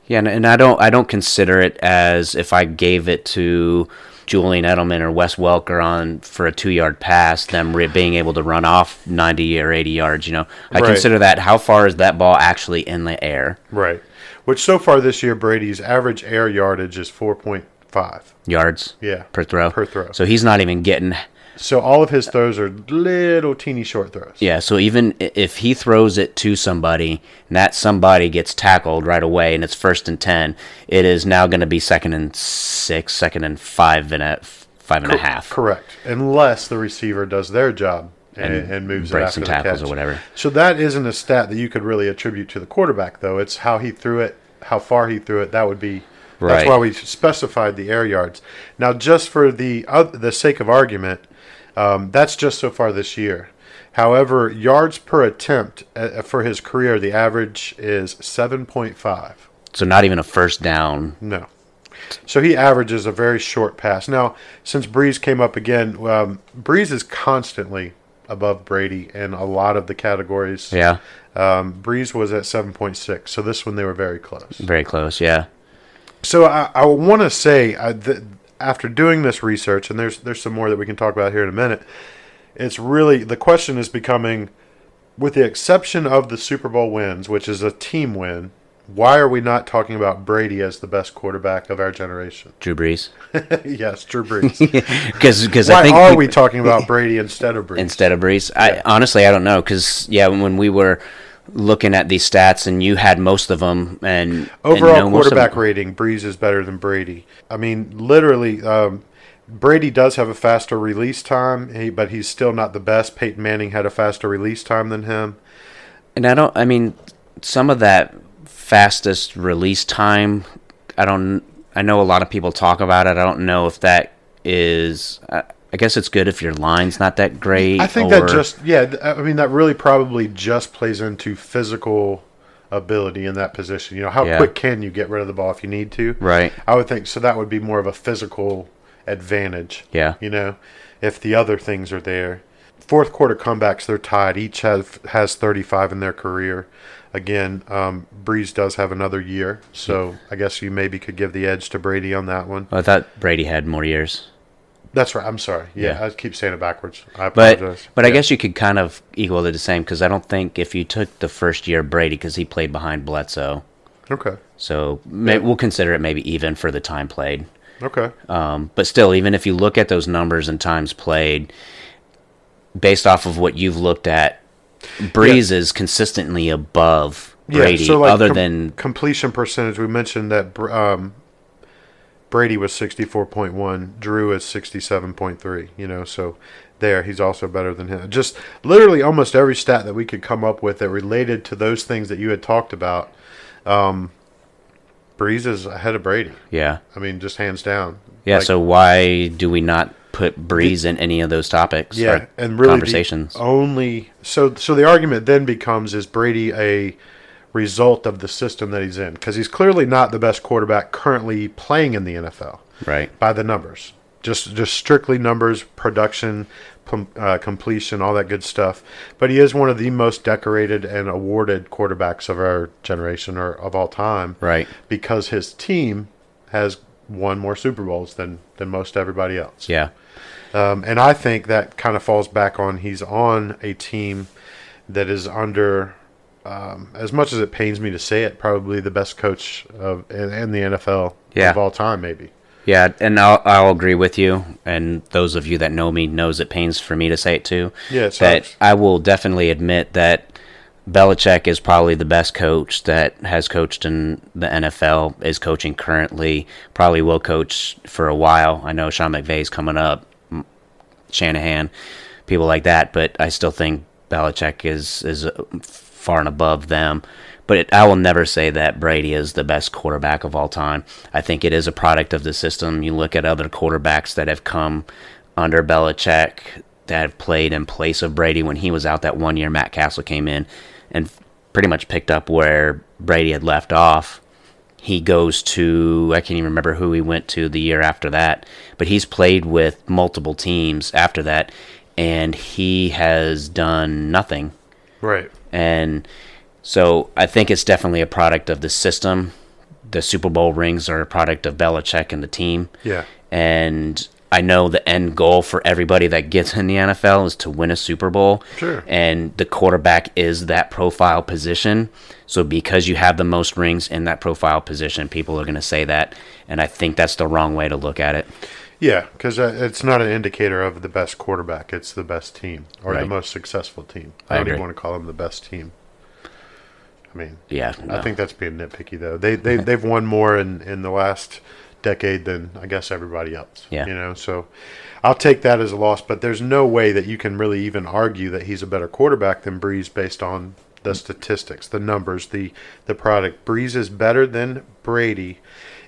Yeah, and, and I don't I don't consider it as if I gave it to Julian Edelman or Wes Welker on for a 2-yard pass them re- being able to run off 90 or 80 yards, you know. I Right. consider that how far is that ball actually in the air? Right. Which so far this year, Brady's average air yardage is 4.5. Yards Yeah. per throw. Per throw. So he's not even getting So all of his throws are little teeny short throws. Yeah, so even i- if he throws it to somebody and that somebody gets tackled right away and it's first and 10, it is now going to be second and six, second and five and a five and a half. Correct. Unless the receiver does their job and, and, And moves it breaks after some the tackles catch. or whatever. So that isn't a stat that you could really attribute to the quarterback, though. It's how he threw it, how far he threw it. That would be. That's Right. why we specified the air yards. Now, just for the oth- the sake of argument, um, that's just so far this year. However, yards per attempt uh, for his career, the average is seven point five. So not even a first down. No. So he averages a very short pass. Now, since Breeze came up again, um, Breeze is constantly above Brady in a lot of the categories. Yeah, Um, Breeze was at 7.6, so this one they were very close. very close. Yeah. So I, I want to say uh, that after doing this research, and there's there's some more that we can talk about here in a minute. It's really the question is becoming, with the exception of the Super Bowl wins, which is a team win. Why are we not talking about Brady as the best quarterback of our generation? Drew Brees. yes, Drew Brees. Because I Why think are peop- we talking about Brady instead of Brees? instead of Brees. I honestly I don't know because yeah, when we were looking at these stats and you had most of them and and Overall know most of 'em. quarterback rating, Brees is better than Brady. I mean, literally, um, Brady does have a faster release time, he, but he's still not the best. Peyton Manning had a faster release time than him. And I don't. I mean, some of that fastest release time. I don't. I know a lot of people talk about it. I don't know if that is. I, I guess it's good if your line's not that great. I think or- that just, yeah, th- I mean, that really probably just plays into physical ability in that position. You know, how Yeah. quick can you get rid of the ball if you need to? right. I would think so. That would be more of a physical advantage. Yeah. you know, if the other things are there. Fourth quarter comebacks, they're tied. Each have has 35 in their career. Again, um, Breeze does have another year, so I guess you maybe could give the edge to Brady on that one. Well, oh, I thought Brady had more years, That's right. I'm sorry. Yeah, Yeah. I keep saying Oh, it backwards. I but apologize. but I Yeah. guess you could kind of equal it the same because I don't think if you took the first year of Brady because he played behind Bledsoe, okay, so may, we'll consider it maybe even for the time played. okay, Um, but still, even if you look at those numbers and times played, based off of what you've looked at, Breeze is consistently above Brady, yeah. So like other com- than completion percentage, we mentioned that Br- um, Brady was 64.1, Drew is 67.3, you know, so there he's also better than him. Just literally almost every stat that we could come up with that related to those things that you had talked about. Um, Breeze is ahead of Brady. Yeah. I mean, just hands down. Yeah. Like, so why do we not put Breeze in any of those topics? or yeah, and really the conversations. only so so the argument then becomes is Brady a result of the system that he's in because he's clearly not the best quarterback currently playing in the NFL Right. by the numbers, just just strictly numbers, production, com- uh, completion, all that good stuff. But he is one of the most decorated and awarded quarterbacks of our generation or of all time, Right. Because his team has won more Super Bowls than than most everybody else. Yeah. Um, and I think that kind of falls back on he's on a team that is under, um, as much as it pains me to say it, probably the best coach of in, in the NFL Yeah. of all time, maybe. Yeah, and I'll, I'll agree with you. And those of you that know me knows it pains for me to say it too. Yeah, it that sucks. I will definitely admit that Belichick is probably the best coach that has coached in the NFL. Is coaching currently, probably will coach for a while. I know Sean McVay's coming up, M- Shanahan, people like that. But I still think Belichick is is uh, far and above them. But it, I will never say that Brady is the best quarterback of all time. I think it is a product of the system. You look at other quarterbacks that have come under Belichick that have played in place of Brady when he was out that one year. Matt Castle came in and pretty much picked up where Brady had left off he goes to I can't even remember who he went to the year after that, but he's played with multiple teams after that and he has done nothing. Right. And so I think it's definitely a product of the system. The Super Bowl rings are a product of Belichick and the team. Yeah. And I know the end goal for everybody that gets in the NFL is to win a Super Bowl. Sure. And the quarterback is that profile position. So because you have the most rings in that profile position, people are going to say that. And I think that's the wrong way to look at it. Yeah, because it's not an indicator of the best quarterback. It's the best team or the Right. most successful team. I I, don't even agree. want to call them the best team. I mean, Yeah. I no. think that's being nitpicky though. They they they've won more in in the last decade than I guess everybody else. Yeah. You know, so I'll take that as a loss. But there's no way that you can really even argue that he's a better quarterback than Breeze based on the statistics, the numbers, the the product. Breeze is better than Brady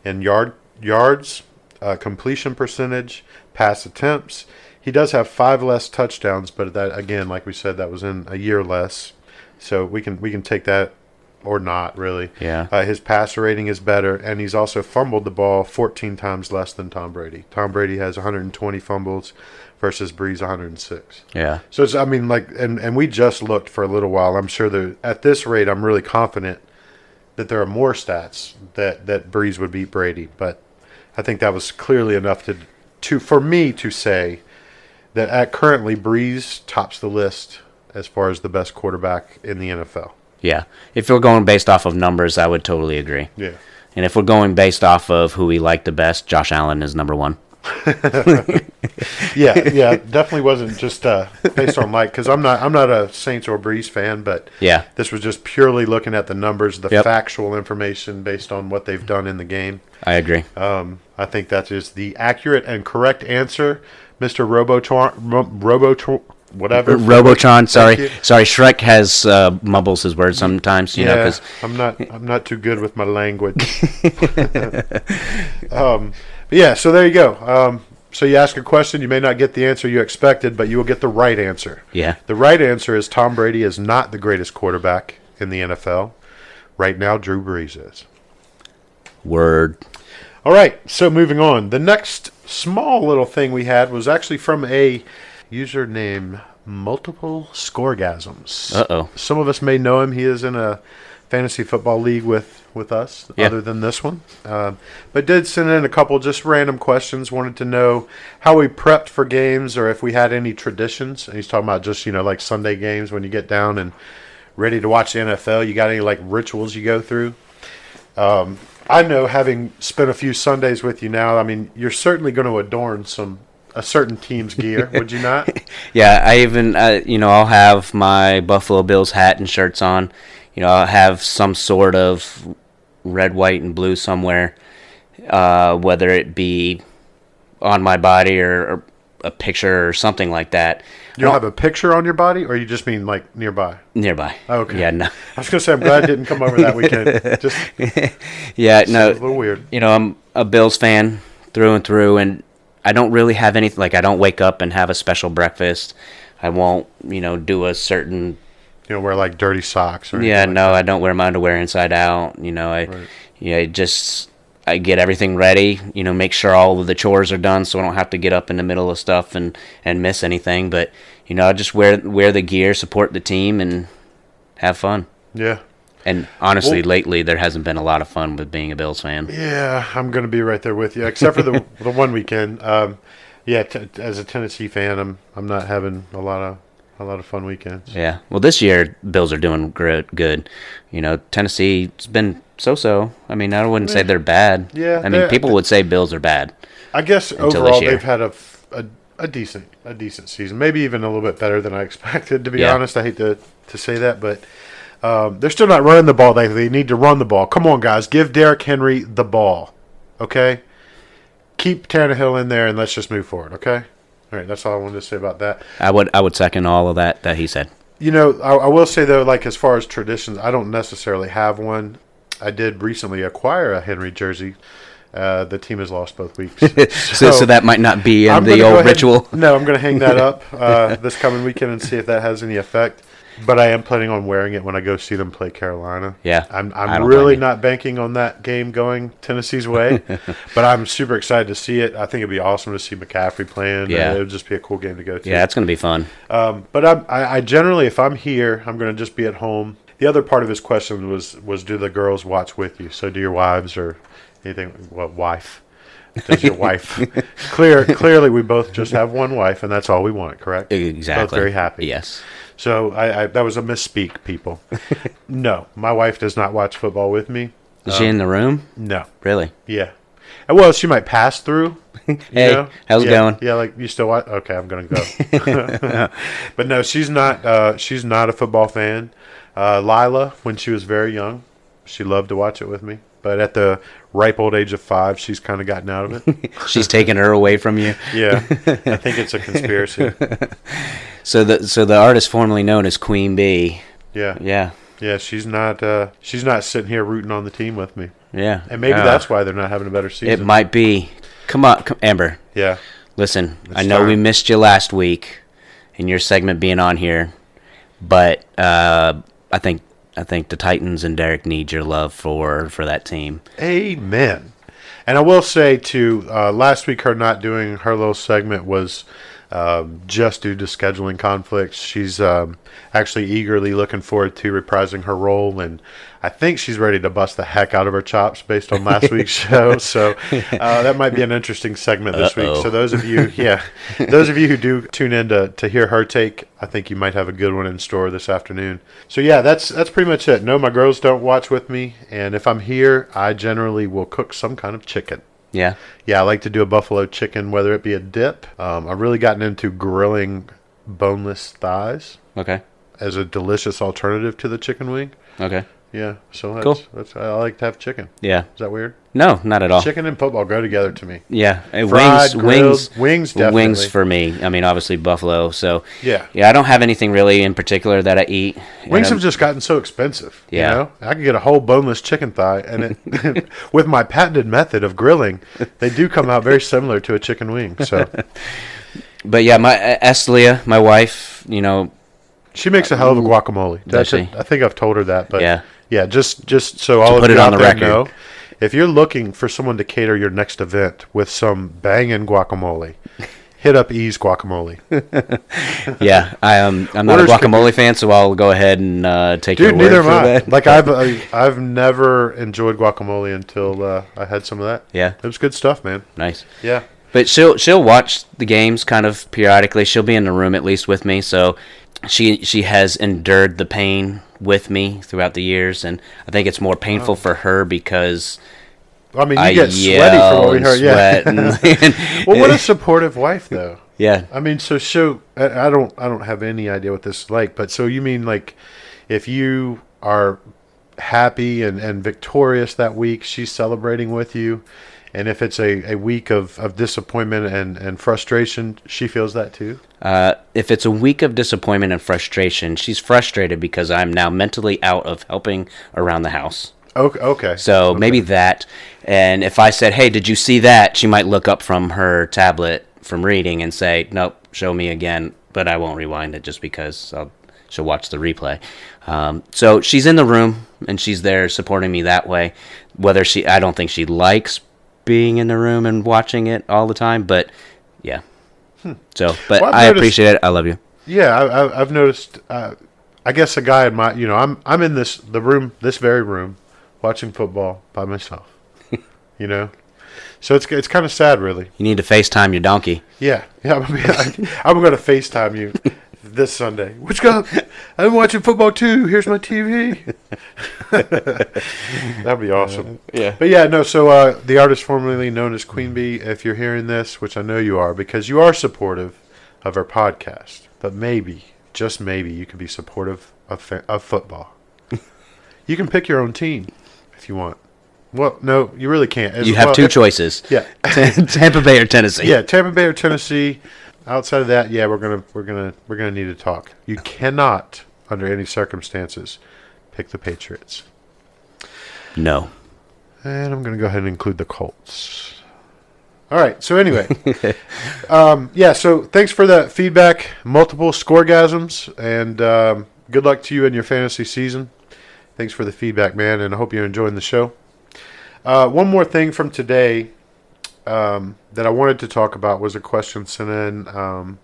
in yard yards, uh, completion percentage, pass attempts. He does have five less touchdowns, but that again, like we said, that was in a year less. So we can we can take that or not really. Yeah. Uh, his passer rating is better, and he's also fumbled the ball 14 times less than Tom Brady. Tom Brady has 120 fumbles versus Breeze 106. Yeah. So it's I mean like and and we just looked for a little while. I'm sure that at this rate, I'm really confident that there are more stats that that Breeze would beat Brady, but I think that was clearly enough to to for me to say that at currently Breeze tops the list as far as the best quarterback in the NFL. Yeah. If you're going based off of numbers, I would totally agree. Yeah. And if we're going based off of who we like the best, Josh Allen is number one. yeah, yeah, definitely wasn't just uh, based on like because I'm not I'm not a Saints or Breeze fan, but Yeah. this was just purely looking at the numbers, the Yep. factual information based on what they've done in the game. I agree. Um, I think that is the accurate and correct answer, Mister Robotron, Ro- Robotron, whatever. Robotron, you. sorry, sorry. Shrek has uh, mumbles his words sometimes, you know, yeah, 'cause I'm not I'm not too good with my language. um, but yeah, so there you go. Um, so you ask a question, you may not get the answer you expected, but you will get the right answer. yeah, The right answer is Tom Brady is not the greatest quarterback in the NFL. Right now, Drew Brees is. word. All right, so moving on. The next small little thing we had was actually from a user named Multiple Scorgasms. Uh oh. Some of us may know him. He is in a fantasy football league with, with us, Yeah. other than this one. Um, but did send in a couple just random questions. Wanted to know how we prepped for games or if we had any traditions. And he's talking about just, you know, like Sunday games when you get down and ready to watch the NFL. You got any like rituals you go through? I know, having spent a few Sundays with you now, I mean, you're certainly going to adorn some a certain team's gear, would you not? Yeah, I even uh, you know I'll have my Buffalo Bills hat and shirts on. You know I'll have some sort of red, white, and blue somewhere, uh, whether it be on my body or, or a picture or something like that. You'll have a picture on your body, or you just mean like nearby? Nearby. Okay. Yeah. No. I was gonna say I'm glad I didn't come over that weekend. Just Yeah. no. a No. little weird. you know, I'm a Bills fan through and through, and I don't really have anything. Like, I don't wake up and have a special breakfast. I won't, you know, do a certain. You know, wear like dirty socks or Yeah, anything no, I don't wear my underwear inside out. You know, I, Right. yeah, I just I get everything ready. You know, make sure all of the chores are done, so I don't have to get up in the middle of stuff and and miss anything. But you know, I just wear wear the gear, support the team, and have fun. Yeah. And honestly, Well- lately there hasn't been a lot of fun with being a Bills fan. Yeah, I'm going to be right there with you, except for the the one weekend. Um, yeah, t- t- as a Tennessee fan, I'm I'm not having a lot of a lot of fun weekends. Yeah. Well, this year Bills are doing gro- good. You know, Tennessee's been so-so. I mean, I wouldn't say they're bad. Yeah, I mean, they're- people would say Bills are bad. I guess Until this overall year. they've had a, f- a a decent a decent season, maybe even a little bit better than I expected. To be Yeah. honest, I hate to to say that, but. Um, they're still not running the ball. They, they need to run the ball. Come on, guys. Give Derrick Henry the ball. Okay? Keep Tannehill in there and let's just move forward. Okay? All right. That's all I wanted to say about that. I would I would second all of that that he said. You know, I, I will say though, like as far as traditions, I don't necessarily have one. I did recently acquire a Henry jersey. Uh, the team has lost both weeks, so, So, so that might not be in I'm gonna the go old ahead- ritual. No, I'm going to hang that up uh, this coming weekend and see if that has any effect. But I am planning on wearing it when I go see them play Carolina. Yeah, I'm, I I'm don't really blame you. not banking on that game going Tennessee's way, but I'm super excited to see it. I think it'd be awesome to see McCaffrey playing. Yeah. it would just be a cool game to go to. Yeah, it's gonna be fun. Um, but I'm, I, I generally, if I'm here, I'm going to just be at home. The other part of his question was was do the girls watch with you? So do your wives or anything? Well, wife. Does your wife? Clear, clearly, we both just have one wife, and that's all we want. Correct? Exactly. Both very happy. Yes. So I, I that was a misspeak, people. no, my wife does not watch football with me. Is she in the room? No. Really? Yeah. And, Well, she might pass through. you Hey, how's it Yeah, going? Yeah, like you still watch? Okay, I'm gonna go. but no, she's not. Uh, she's not a football fan. Uh, Lila, when she was very young, she loved to watch it with me. But at the ripe old age of five, she's kind of gotten out of it. She's taking her away from you. yeah, I think it's a conspiracy. So the so the artist formerly known as Queen Bee. Yeah, Yeah. yeah. She's not. Uh, she's not sitting here rooting on the team with me. Yeah. And maybe Uh, that's why they're not having a better it. season. Might be. Come on, come, Amber. yeah. Listen, I It's know we time. missed you last week in your segment being on here, but uh, I think I think the Titans and Derek need your love for for that team. Amen. And I will say too, uh, last week her not doing her little segment was um, just due to scheduling conflicts. She's um, actually eagerly looking forward to reprising her role, and I think she's ready to bust the heck out of her chops based on last week's show. So uh, that might be an interesting segment this Uh-oh. week. So those of you, yeah, those of you who do tune in to, to hear her take, I think you might have a good one in store this afternoon. So yeah, that's that's pretty much it. No, my girls don't watch with me, and if I'm here, I generally will cook some kind of chicken. Yeah, Yeah, I like to do a buffalo chicken, whether it be a dip. Um, I've really gotten into grilling boneless thighs okay, as a delicious alternative to the chicken wing. okay, Yeah, so that's, Cool. that's I like to have chicken. yeah. Is that weird? No, not at all. Chicken and football go together to me. Yeah, Uh, Fried, wings, grilled, wings, wings, definitely. wings for me. I mean, obviously Buffalo. So Yeah. yeah. I don't have anything really in particular that I eat. Um, And Wings I'm- have just gotten so expensive. Yeah. You know? I can get a whole boneless chicken thigh, and it, with my patented method of grilling, they do come out very similar to a chicken wing. So but yeah, my uh, Eslia, my wife. You know, she makes a hell of a guacamole. That's she? it. I think I've told her that, but Yeah. yeah, just just so all put of you it on out the there record. know, if you're looking for someone to cater your next event with some banging guacamole, hit up E's Guacamole. yeah, I am. I'm not a Orders could be- guacamole fan, so I'll go ahead and uh, take Dude, your word neither am for I. that. Like I've uh, I've never enjoyed guacamole until uh, I had some of that. Yeah. it was good stuff, man. Nice. Yeah. But she'll she'll watch the games kind of periodically. She'll be in the room at least with me, so she she has endured the pain with me throughout the years, and I think it's more Oh. painful for her because I mean, you I get sweaty yell from what we and heard. Yeah. sweat and- well, what a supportive wife, though. yeah. I mean, so so I I don't I don't have any idea what this is like, but so you mean like if you are happy and and victorious that week, she's celebrating with you, And if it's a, a week of, of disappointment and, and frustration, she feels that too. Uh, if it's a week of disappointment and frustration, she's frustrated because I'm now mentally out of helping around the house. Okay. okay. So maybe that. And if I said, "Hey, did you see that?" she might look up from her tablet from reading and say, "Nope, show me again." But I won't rewind it just because I'll, she'll watch the replay. Um, so she's in the room and she's there supporting me that way. Whether she, I don't think she likes being in the room and watching it all the time, but yeah. So, but Hmm. Well, I've I noticed- appreciate it. I love you. Yeah, I, I, I've noticed. Uh, I guess a guy in my, you know, I'm I'm in this the room, this very room, watching football by myself. you know, so it's it's kind of sad, really. You need to FaceTime your donkey. Yeah, yeah. I'm gonna, be like, I'm gonna Facetime you this Sunday. What's up? I'm watching football too. Here's my TV. That'd be awesome. Yeah. But yeah, no. So uh, the artist formerly known as Queen Bee, if you're hearing this, which I know you are, because you are supportive of our podcast, but maybe, just maybe, you could be supportive of fa- of football. you can pick your own team if you want. Well, no, you really can't. As- You have well, two if- choices. Yeah, Tampa Bay or Tennessee. yeah, Tampa Bay or Tennessee. Outside of that, yeah, we're gonna we're gonna we're gonna need to talk. You cannot, under any circumstances, pick the Patriots. No. And I'm going to go ahead and include the Colts. All right. So anyway, um, yeah. So thanks for that feedback. Multiple scoregasms, and um, good luck to you in your fantasy season. Thanks for the feedback, man, and I hope you're enjoying the show. Uh, one more thing from today um, that I wanted to talk about was a question sent in, um,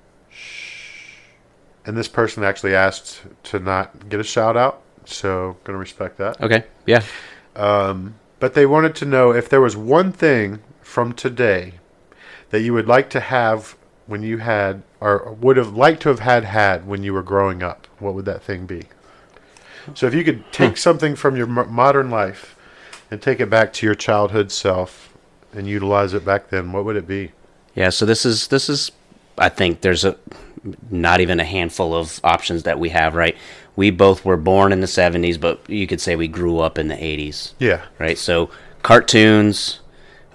and this person actually asked to not get a shout out, so going to respect that. Okay. Yeah. Um, but they wanted to know if there was one thing from today that you would like to have when you had, or would have liked to have had had when you were growing up. What would that thing be? So if you could take Hmm. something from your mo- modern life and take it back to your childhood self and utilize it back then, what would it be? Yeah. So this is this is I think there's a not even a handful of options that we have, right? We both were born in the 70s, but you could say we grew up in the 80s. Yeah. right? So cartoons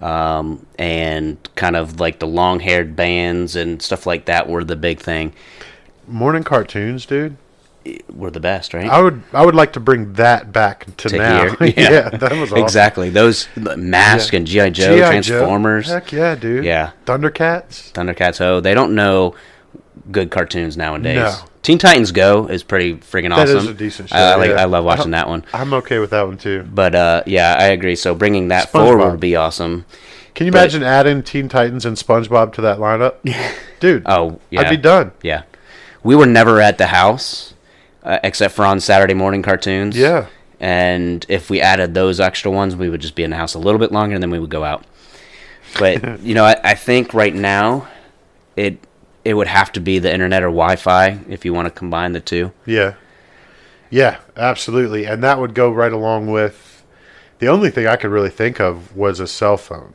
um, and kind of like the long haired bands and stuff like that were the big thing. Morning cartoons, dude. Were the best, right? I would I would like to bring that back to, To now. here, yeah. yeah. that was awesome. Exactly. Those Mask Yeah. and GI Joe, G.I. Joe. Transformers, Heck yeah, dude. Yeah. Thundercats. Thundercats. Oh, they don't know good cartoons nowadays. No. Teen Titans Go is pretty freaking That is awesome. Uh, a decent I, I show, like. yeah. I love watching that one. I'm okay with that one too. But uh, yeah, I agree. So bringing that SpongeBob. forward would be awesome. Can you But- imagine adding Teen Titans and SpongeBob to that lineup? Dude, Oh, yeah. I'd be done. Yeah. We were never at the house uh, except for on Saturday morning cartoons. Yeah. And if we added those extra ones, we would just be in the house a little bit longer and then we would go out. But, you know, I, I think right now it it would have to be the internet or Wi Fi if you want to combine the two. Yeah. Yeah, absolutely. And that would go right along with the only thing I could really think of was a cell phone.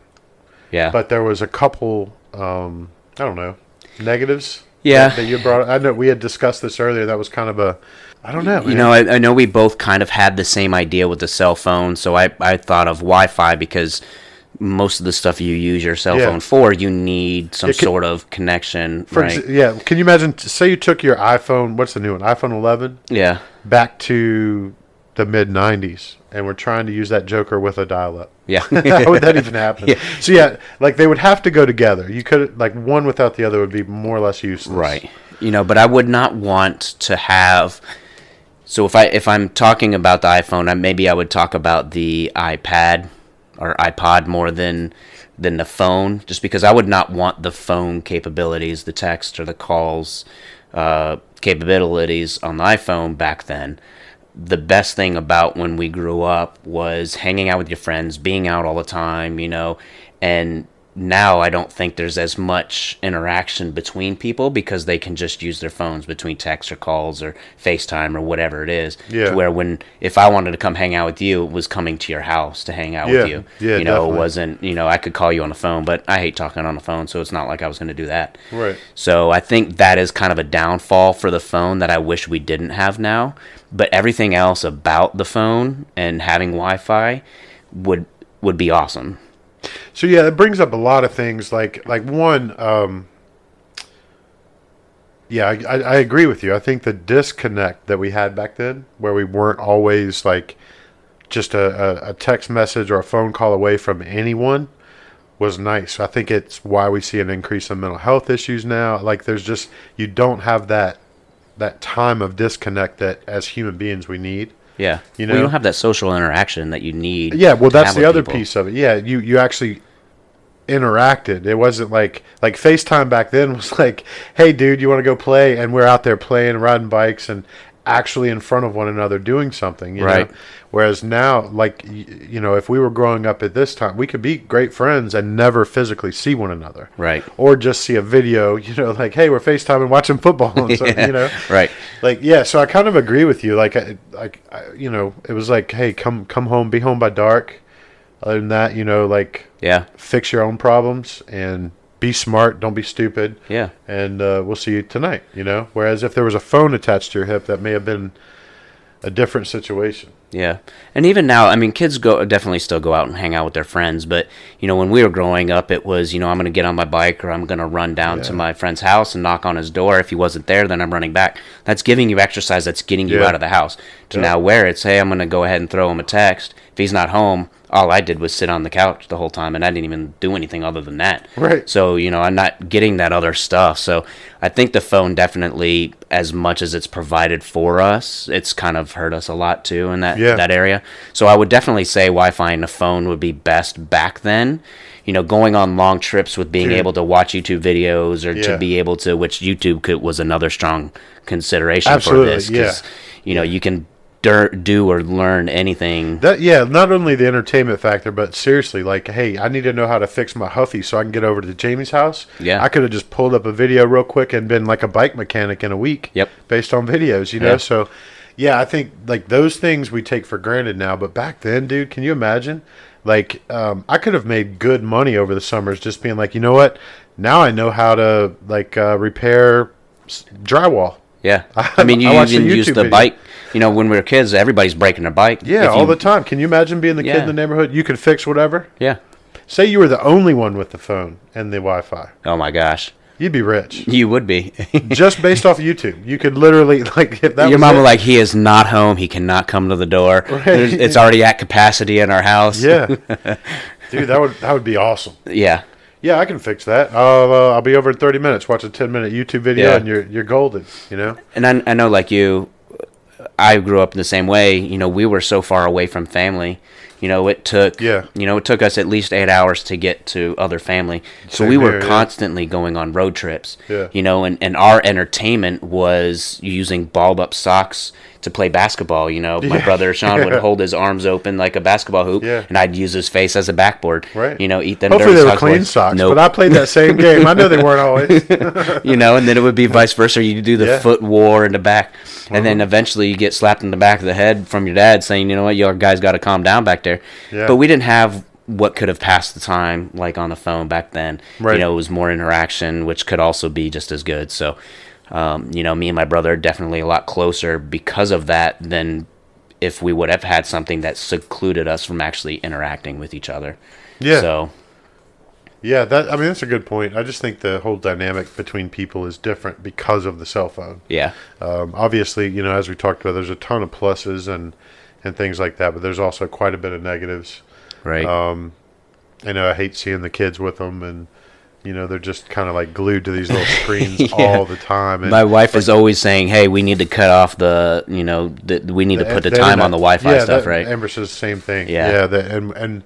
Yeah. But there was a couple um I don't know, negatives. Yeah. That, that you brought I know we had discussed this earlier. That was kind of a I don't know. you man. know, I, I know we both kind of had the same idea with the cell phone, so I, I thought of Wi Fi because most of the stuff you use your cell Yeah. phone for, you need some It could- sort of connection. For right? exa- yeah, can you imagine t- say you took your iPhone, what's the new one? iPhone 11 yeah. back to the mid 90s and we're trying to use that joker with a dial up. Yeah. How would that even happen? So yeah, like they would have to go together. You could like one without the other would be more or less useless. right you know but i would not want to have so if i if i'm talking about the iphone I, maybe i would talk about the ipad or ipod more than than the phone just because i would not want the phone capabilities the text or the calls uh, capabilities on the iphone back then the best thing about when we grew up was hanging out with your friends, being out all the time, you know, and now I don't think there's as much interaction between people because they can just use their phones between texts or calls or FaceTime or whatever it is. to Yeah. where when if I wanted to come hang out with you, it was coming to your house to hang out Yeah. with you. Yeah, you know, definitely. it wasn't you know, I could call you on the phone, but I hate talking on the phone, so it's not like I was gonna do that. Right. So I think that is kind of a downfall for the phone that I wish we didn't have now. But everything else about the phone and having Wi-Fi would would be awesome. So yeah, it brings up a lot of things. Like like one, um, yeah, I, I, I agree with you. I think the disconnect that we had back then, where we weren't always like just a, a, a text message or a phone call away from anyone, was nice. I think it's why we see an increase in mental health issues now. Like there's just you don't have that that time of disconnect that as human beings we need. Yeah. You well, know? you don't have that social interaction that you need. Yeah, well, to that's have the with other people. piece of it. Yeah, you you actually interacted. It wasn't like like FaceTime back then was like, "Hey, dude, you want to go play?" And we're out there playing, riding bikes, and actually in front of one another doing something. You Right. Know? Whereas now, like y- you know, if we were growing up at this time, we could be great friends and never physically see one another. Right. Or just see a video. You know, like, "Hey, we're FaceTiming, watching football," and so, you know Right. like yeah so i kind of agree with you like I, like I, you know it was like hey come come home be home by dark other than that you know like Yeah. fix your own problems and be smart don't be stupid Yeah. and uh, we'll see you tonight you know whereas if there was a phone attached to your hip that may have been a different situation Yeah. And even now, I mean, kids go definitely still go out and hang out with their friends, but you know, when we were growing up, it was, you know, I'm going to get on my bike or I'm going to run down to Yeah. my friend's house and knock on his door. If he wasn't there, then I'm running back. That's giving you exercise, that's getting you Yeah. out of the house. To Yeah. now where it's, hey, I'm going to go ahead and throw him a text. If he's not home, all I did was sit on the couch the whole time and I didn't even do anything other than that. Right. So, you know, I'm not getting that other stuff. So, I think the phone definitely as much as it's provided for us, it's kind of hurt us a lot too in that Yeah. that area. So I would definitely say Wi-Fi and a phone would be best back then. You know, going on long trips with being Dude. able to watch YouTube videos or Yeah. to be able to, which YouTube could, was another strong consideration Absolutely, for this. yeah. 'cause, You know, you can dur- do or learn anything. that yeah not only the entertainment factor but seriously like hey i need to know how to fix my huffy so i can get over to jamie's house Yeah. i could have just pulled up a video real quick and been like a bike mechanic in a week Yep. based on videos, you know. Yeah. So, yeah, I think like those things we take for granted now, but back then, dude, can you imagine? Like, um, I could have made good money over the summers just being like, you know what? Now I know how to like uh, repair s- drywall. Yeah. I mean, you I watched a even use YouTube the video. bike. You know, when we were kids, everybody's breaking their bike. Yeah, If all you- the time. Can you imagine being the kid Yeah. in the neighborhood? You could fix whatever. Yeah. Say you were the only one with the phone and the Wi-Fi. Oh my gosh. You'd be rich You would be. just based off YouTube. You could literally like if that Your was mom it- was like, he is not home. He cannot come to the door. There's- It's already at capacity in our house. yeah, dude, that would that would be awesome. Yeah. Yeah, I can fix that. I'll, uh, I'll be over in 30 minutes. Watch a 10 minute YouTube video, Yeah. and you're you're golden. You know. And I, I know, like you, I grew up in the same way. You know, we were so far away from family. You know, it took. Yeah. You know, it took us at least eight hours to get to other family. So Same we were here, yeah. constantly going on road trips. Yeah. You know, and, and our entertainment was using balled up socks to play basketball. You know, my Yeah. brother Sean would hold his arms open like a basketball hoop, Yeah. and I'd use his face as a backboard. Right. You know, eat them. Hopefully dirty they were socks clean while- socks, Nope but I played that same game. I know they weren't always. you know, and then it would be vice versa. You do the Yeah. Mm-hmm. foot war in the back, and then eventually you get slapped in the back of the head from your dad saying, you know what, your guys got to calm down back there. Yeah. But we didn't have what could have passed the time like on the phone back then. Right. You know, it was more interaction, which could also be just as good. So, um, you know, me and my brother are definitely a lot closer because of that than if we would have had something that secluded us from actually interacting with each other. Yeah. So, yeah, that I mean that's a good point. I just think the whole dynamic between people is different because of the cell phone. yeah. Um, obviously, you know, as we talked about, there's a ton of pluses and and things like that, but there's also quite a bit of negatives. Right. Um, I know I hate seeing the kids with them, and you know they're just kind of like glued to these little screens all the time. And My wife is always saying, "Hey, we need to cut off the, you know, the, we need to put the They time did on the not- Wi-Fi yeah, stuff, that- right?" Amber says the same thing. Yeah. Yeah. that, and and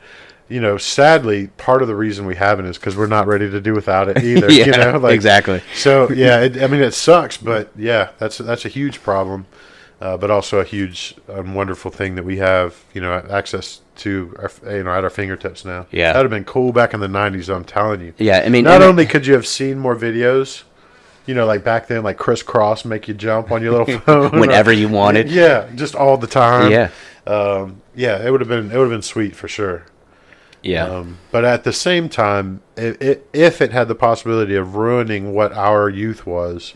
you know, sadly, part of the reason we haven't is because we're not ready to do without it either. yeah, you know, like, exactly. So yeah, it, I mean, it sucks, but yeah, that's that's a huge problem, uh, but also a huge um, wonderful thing that we have. You know, access to our, you know at our fingertips now. Yeah. that'd have been cool back in the '90s. I'm telling you. Yeah, I mean, Not and- only could you have seen more videos, you know, like back then, like crisscross make you jump on your little phone whenever you wanted, yeah, just all the time. Yeah. um, yeah. It would have been it would have been sweet for sure. yeah, Um, but at the same time, i i if it had the possibility of ruining what our youth was,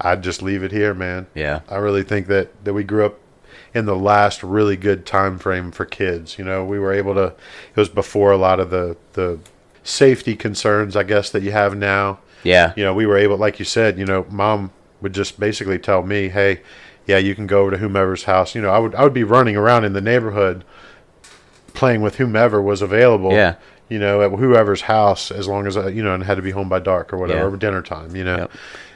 I'd just leave it here, man. yeah, I really think that that we grew up in the last really good time frame for kids. You know, we were able to. It was before a lot of the the safety concerns, I guess, that you have now. Yeah. You know, we were able, like you said, you know, mom would just basically tell me, hey, yeah, you can go over to whomever's house. You know, I would I would be running around in the neighborhood playing with whomever was available. Yeah. You know, at whoever's house, as long as I, you know, and had to be home by dark or whatever, Yeah. or dinner time. You know, Yep.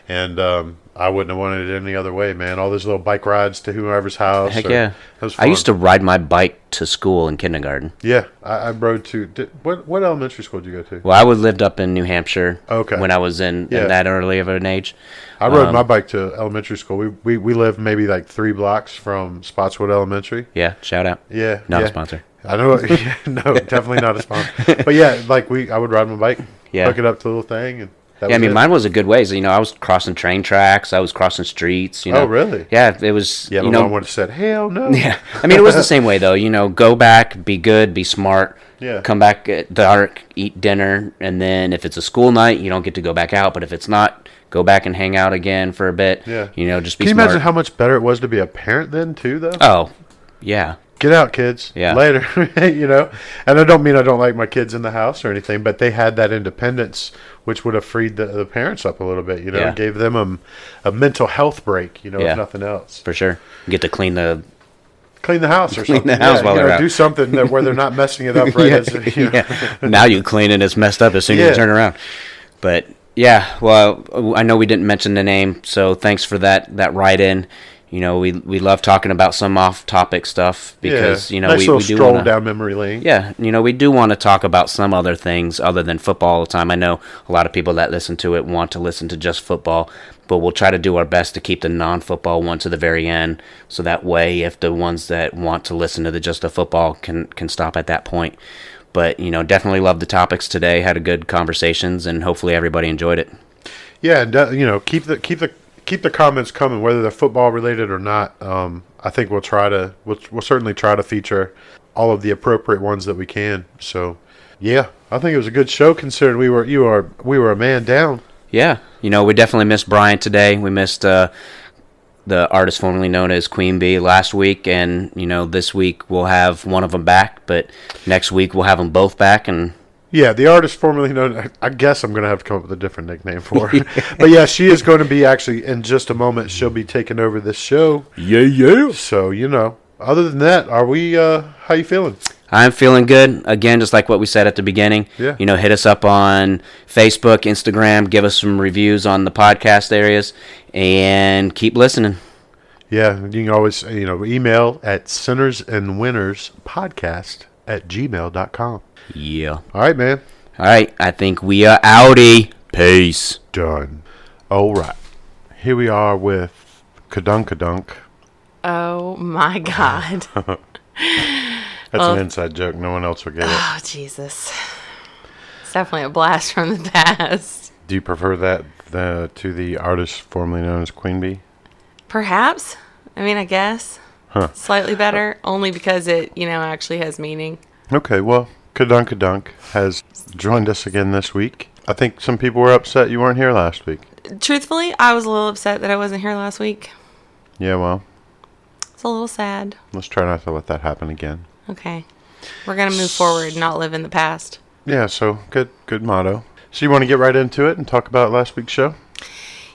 and um, I wouldn't have wanted it any other way, man. All those little bike rides to whoever's house. Heck or- yeah. that was I fun. used to ride my bike to school in kindergarten. Yeah, I, I rode to. Did, what what elementary school did you go to? Well, I would lived up in New Hampshire. Okay. When I was in, Yeah. in that early of an age. Um, I rode my bike to elementary school. We, we we lived maybe like three blocks from Spotswood Elementary. Yeah. Shout out. Yeah, Not yeah. a sponsor. I know. yeah, no, definitely not a sponsor. But yeah, like we, I would ride my bike. Yeah. Hook it up to the little thing, and that Yeah, I was mean, it. mine was a good ways. You know, I was crossing train tracks. I was crossing streets. You know. Oh, really? Yeah, it was. Yeah, you my know, mom would have said, "Hell no." Yeah, I mean, it was the same way though. You know, go back, be good, be smart. Yeah. Come back at dark, eat dinner, and then if it's a school night, you don't get to go back out. But if it's not, go back and hang out again for a bit. Yeah. You know, just be Can you smart. imagine how much better it was to be a parent then, too? Though. oh, yeah, Get out, kids. Yeah. Later, you know. And I don't mean I don't like my kids in the house or anything, but they had that independence, which would have freed the, the parents up a little bit. You know, Yeah. gave them a, a mental health break. You know, Yeah. if nothing else. for sure. Get to clean the. clean the house or Clean something. the house yeah, while you they're know, out. do something that where they're not messing it up right as you know. yeah. Now you clean and it's messed up as soon as Yeah. you turn around. But yeah, well, I know we didn't mention the name, so thanks for that that write in. You know, we we love talking about some off topic stuff because you know nice we, little we do stroll wanna- down memory lane. Yeah, you know, we do want to talk about some other things other than football all the time. I know a lot of people that listen to it want to listen to just football, but we'll try to do our best to keep the non football one to the very end. So that way, if the ones that want to listen to the just the football can, can stop at that point. But, you know, definitely love the topics today, had a good conversations, and hopefully everybody enjoyed it. yeah, and, uh, you know, keep the keep the keep the comments coming, whether they're football related or not. Um, I think we'll try to we'll, we'll certainly try to feature all of the appropriate ones that we can. So, yeah, I think it was a good show considering we were you are we were a man down. Yeah, you know, we definitely missed Brian today. We missed uh, the artist formerly known as Queen Bee last week, and you know, this week we'll have one of them back, but next week we'll have them both back. And Yeah, the artist formerly known, I- I guess I'm going to have to come up with a different nickname for her. but yeah, she is going to be actually, in just a moment, she'll be taking over this show. yeah, yeah, So, you know, other than that, are we, uh, how you feeling? I'm feeling good again, just like what we said at the beginning. Yeah. you know, hit us up on Facebook, Instagram, give us some reviews on the podcast areas, and keep listening. Yeah, you can always, you know, email at sinners and winners podcast at gmail.com. Yeah. All right, man. All right, I think we are outie. Peace. Done. All right. Here we are with Kadunk Kadunk. Oh my God. That's an inside joke. No one else will get it. Oh, Jesus. It's definitely a blast from the past. Do you prefer that the, to the artist formerly known as Queen Bee? Perhaps. I mean, I guess. Slightly better, only because it, you know, actually has meaning. Okay, well, Kadunkadunk has joined us again this week. I think some people were upset you weren't here last week. Truthfully, I was a little upset that I wasn't here last week. Yeah, well, It's a little sad. let's try not to let that happen again. Okay. We're going to move forward, not live in the past. Yeah, so good good motto. So you want to get right into it and talk about last week's show?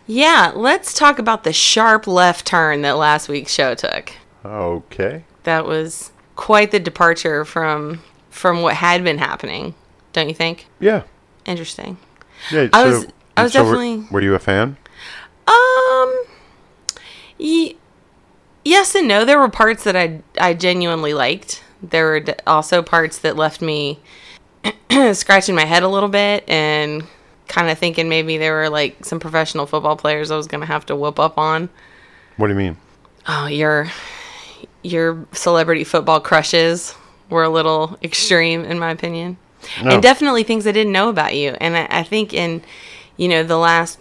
Yeah, let's talk about the sharp left turn that last week's show took. Okay. That was quite the departure from from what had been happening, don't you think? Yeah. Interesting. Yeah, I was- I was were- definitely- Were, you a fan? Um. Y- yes and no. There were parts that I I genuinely liked. There were d- also parts that left me scratching my head a little bit and kind of thinking maybe there were like some professional football players I was gonna have to whoop up on. What do you mean? Oh, your your celebrity football crushes were a little extreme in my opinion. No. And definitely things I didn't know about you. And I, I think in, you know, the last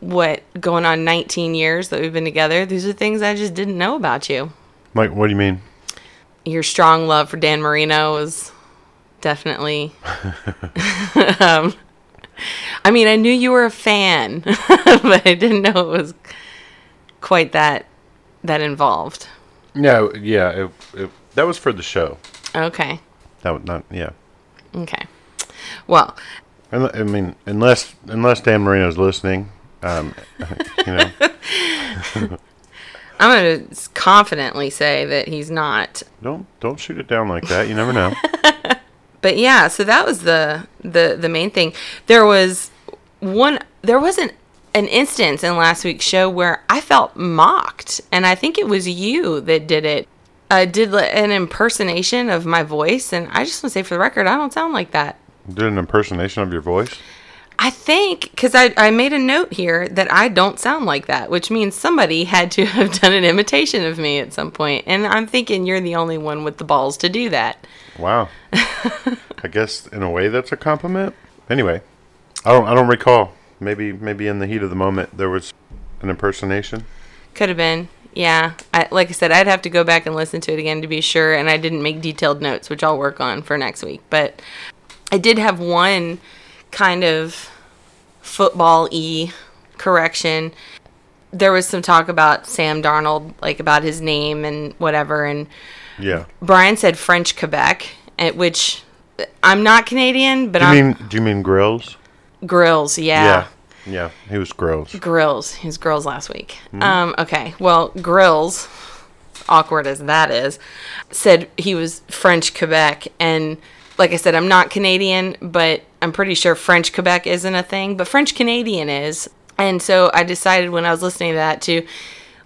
what going on 19 years that we've been together, these are things I just didn't know about you. Like, what do you mean? Your strong love for Dan Marino was definitely. um, I mean, I knew you were a fan, but I didn't know it was quite that that involved. No, yeah, it, it, that was for the show. Okay. That was not, yeah. Okay. Well, Unle- I mean, unless unless Dan Marino's listening, um, you know, I'm going to s- confidently say that he's not. don't don't shoot it down like that. You never know. But yeah, so that was the the the main thing. There was one there wasn't an instance in last week's show where I felt mocked, and I think it was you that did it. Uh, did li- an impersonation of my voice, and I just want to say for the record, I don't sound like that. Did an impersonation of your voice. I think because I, I made a note here that I don't sound like that, which means somebody had to have done an imitation of me at some point, and I'm thinking you're the only one with the balls to do that. Wow. I guess in a way that's a compliment. Anyway, I don't I don't recall. Maybe maybe in the heat of the moment there was an impersonation. Could have been, yeah. I, like I said, I'd have to go back and listen to it again to be sure, and I didn't make detailed notes, which I'll work on for next week. But I did have one kind of football e correction. There was some talk about Sam Darnold, like about his name and whatever, and. Yeah. Brian said French Quebec, at which eh, I'm not Canadian, but Do you I'm mean do you mean grills? grills. Yeah. Yeah. Yeah. He was grills. Grills. He was grills last week. Um, okay. Well, grills, awkward as that is, said he was French Quebec. And like I said, I'm not Canadian, but I'm pretty sure French Quebec isn't a thing, but French Canadian is. And so I decided when I was listening to that to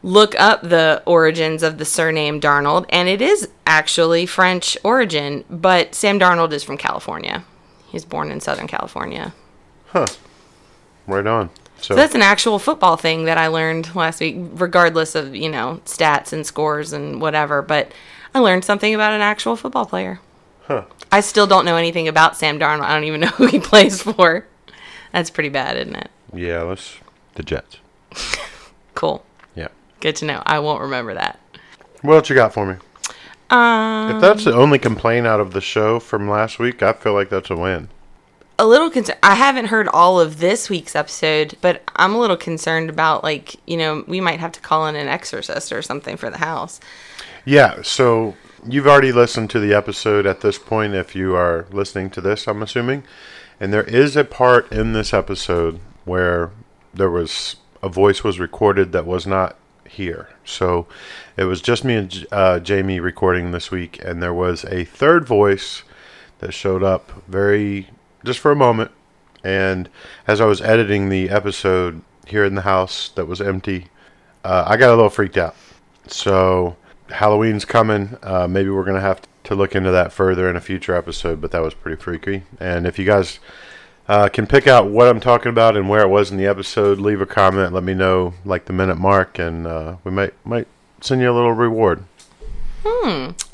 look up the origins of the surname Darnold. And it is actually French origin, but Sam Darnold is from California. He was born in Southern California. Right on. So, So that's an actual football thing that I learned last week, regardless of, you know, stats and scores and whatever. But I learned something about an actual football player. I still don't know anything about Sam Darnold. I don't even know who he plays for. That's pretty bad, isn't it? yeah, let's the Jets. Cool. Yeah. Good to know. I won't remember that. What else you got for me? Um, If that's the only complaint out of the show from last week, I feel like that's a win. a little concerned. I haven't heard all of this week's episode, but I'm a little concerned about, like, you know, we might have to call in an exorcist or something for the house. Yeah, so you've already listened to the episode at this point if you are listening to this, I'm assuming. And there is a part in this episode where there was a voice was recorded that was not here. So it was just me and J- uh, Jamie recording this week, and there was a third voice that showed up very just for a moment. And as I was editing the episode here in the house that was empty, uh, I got a little freaked out. So Halloween's coming. Uh, maybe we're gonna have to look into that further in a future episode. But that was pretty freaky. And if you guys uh, can pick out what I'm talking about and where it was in the episode, leave a comment. Let me know like the minute mark, and uh, we might might send you a little reward.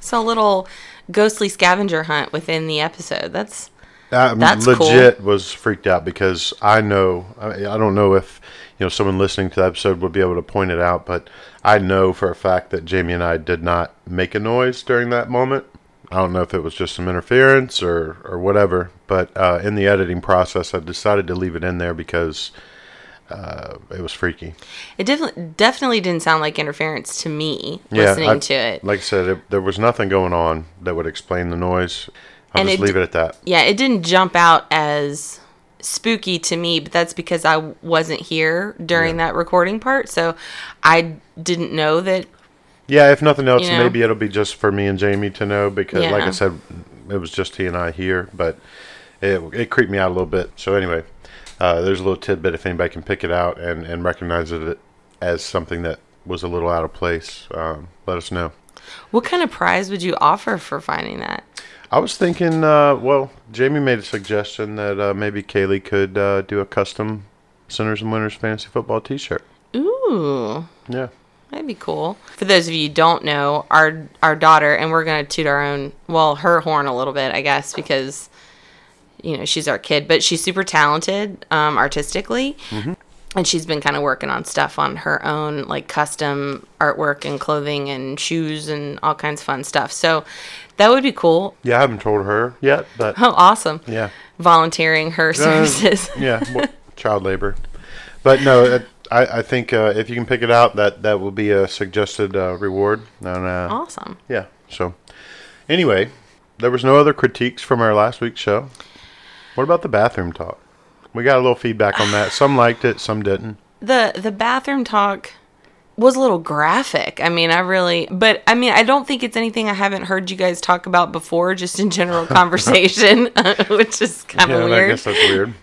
So a little ghostly scavenger hunt within the episode. That's I That's legit was freaked out because I know I, I don't know if you know someone listening to the episode would be able to point it out, but I know for a fact that Jamie and I did not make a noise during that moment. I don't know if it was just some interference or or whatever, but uh, in the editing process, I decided to leave it in there because uh, it was freaky. it. Definitely, definitely didn't sound like interference to me listening I- to it. Like I said, it, there was nothing going on that would explain the noise. I'll And just it leave it at that. yeah, it didn't jump out as spooky to me, but that's because I wasn't here during that recording part, so I didn't know that. Yeah, if nothing else, You know? maybe it'll be just for me and Jamie to know because, like I Yeah. said, it was just he and I here, but it, it creeped me out a little bit. So, anyway, uh, there's a little tidbit if anybody can pick it out and, and recognize it as something that was a little out of place, um, let us know. What kind of prize would you offer for finding that? I was thinking, uh, well, Jamie made a suggestion that uh, maybe Kaylee could uh, do a custom Sinners and Winners fantasy football t shirt. Ooh. Yeah. That'd be cool. For those of you who don't know, our our daughter and we're gonna toot our own well, her horn a little bit, I guess, because you know, she's our kid, but she's super talented, um, artistically. Mm-hmm. And she's been kind of working on stuff on her own, like custom artwork and clothing and shoes and all kinds of fun stuff. So that would be cool. Yeah, I haven't told her yet, but Oh, awesome. yeah. Volunteering her services. Uh, yeah, wha- child labor. But no, it, I, I think uh, if you can pick it out, that that will be a suggested uh, reward. And, uh, awesome. Yeah. So, anyway, there was no other critiques from our last week's show. What about the bathroom talk? We got a little feedback on that. Some liked it, some didn't. the the bathroom talk was a little graphic. I mean, I really, but I mean, I don't think it's anything I haven't heard you guys talk about before, just in general conversation, which is kind of Yeah, I weird. guess that's weird.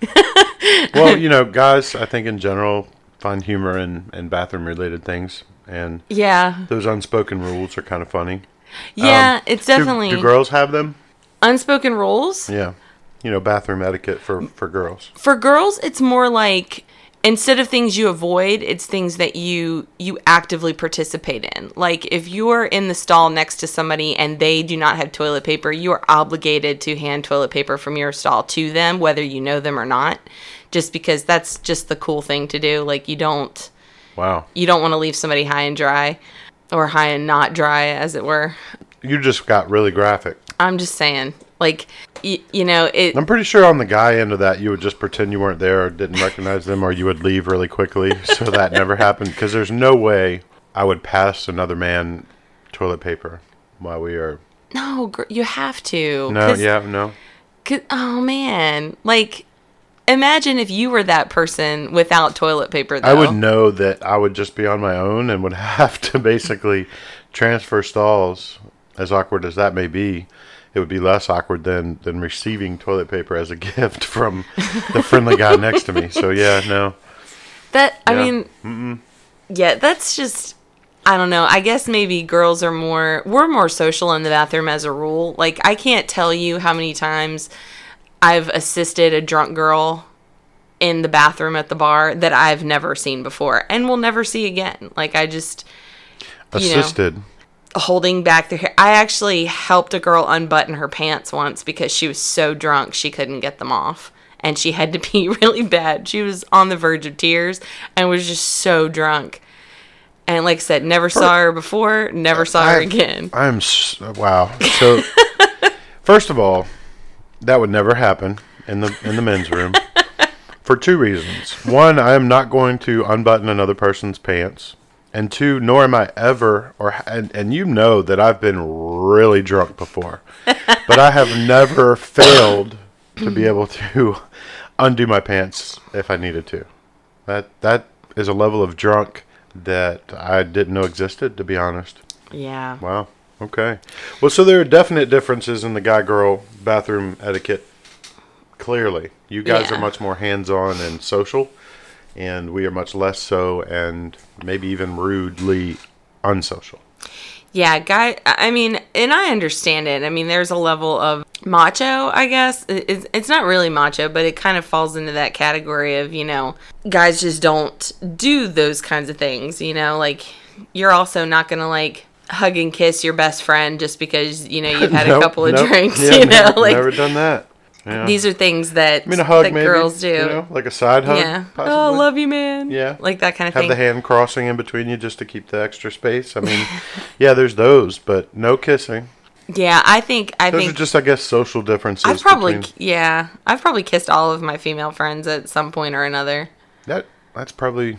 well, you know, guys, I think in general find humor in, in bathroom related things, and yeah, those unspoken rules are kind of funny. Um, yeah, it's Do- definitely Do, girls have them? unspoken rules Yeah. You know, bathroom etiquette for for girls. for girls. It's more like instead of things you avoid, it's things that you you actively participate in. Like if you're in the stall next to somebody and they do not have toilet paper, you are obligated to hand toilet paper from your stall to them, whether you know them or not. Just because that's just the cool thing to do. Like you don't Wow. you don't want to leave somebody high and dry, or high and not dry, as it were. You just got really graphic. I'm just saying, like y- you know it. I'm pretty sure on the guy end of that, you would just pretend you weren't there or didn't recognize them, or you would leave really quickly. So that never happened because there's no way I would pass another man toilet paper while we are. No, gr- you have to. No, 'cause- yeah, no. 'Cause- oh man, like imagine if you were that person without toilet paper. Though. I would know that I would just be on my own and would have to basically transfer stalls. As awkward as that may be, it would be less awkward than than receiving toilet paper as a gift from the friendly guy next to me. So yeah, no. That I Yeah. mean, yeah, that's just I don't know. I guess maybe girls are more we're more social in the bathroom as a rule. Like I can't tell you how many times I've assisted a drunk girl in the bathroom at the bar that I've never seen before and will never see again. Like I just You know. Assisted. holding back their hair. I actually helped a girl unbutton her pants once because she was so drunk she couldn't get them off. And she had to pee really bad. She was on the verge of tears and was just so drunk. And like I said, never saw her before, never saw her I've- again. I'm s- wow. So first of all, that would never happen in the in the men's room for two reasons. One, I am not going to unbutton another person's pants. And two, nor am I ever or ha- and, and you know that I've been really drunk before. but I have never failed to be able to undo my pants if I needed to. That that is a level of drunk that I didn't know existed to be honest. Yeah. Wow. Okay. Well, so there are definite differences in the guy girl bathroom etiquette. Clearly, you guys Yeah. are much more hands on and social, and we are much less so and maybe even rudely unsocial. Yeah, guy. I mean, and I understand it. I mean, there's a level of macho, I guess. It- It's, it's not really macho, but it kind of falls into that category of, you know, guys just don't do those kinds of things, you know? Like, you're also not going to, like, hug and kiss your best friend just because, you know, you've had Nope, a couple of nope. drinks, Yeah, you no, know? like, never done that. Yeah. these are things that, I mean, a hug that maybe. girls do. you know, like a side hug. yeah. Oh, possibly. love you, man. Yeah. Like that kind of Have thing. the hand crossing in between you just to keep the extra space. I mean, yeah, there's those, but no kissing. yeah, I think, I Those think. are just, I guess, social differences. I've probably between- yeah, I've probably kissed all of my female friends at some point or another. That that's probably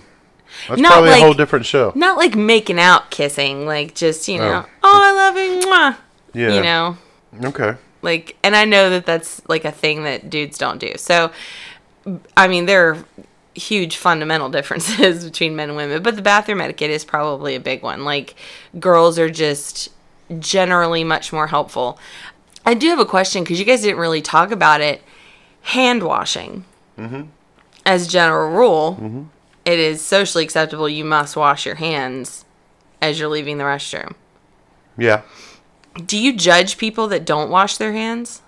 that's Not probably like- a whole different show. Not like making out kissing, like just you know, Oh. oh, I love you, mwah," Yeah. you know, Okay. like, and I know that that's like a thing that dudes don't do. So, I mean, there are huge fundamental differences between men and women, but the bathroom etiquette is probably a big one. Like, girls are just generally much more helpful. I do have a question because you guys didn't really talk about it. Hand washing, as general rule, it is socially acceptable. You must wash your hands as you're leaving the restroom. Yeah. Do you judge people that don't wash their hands?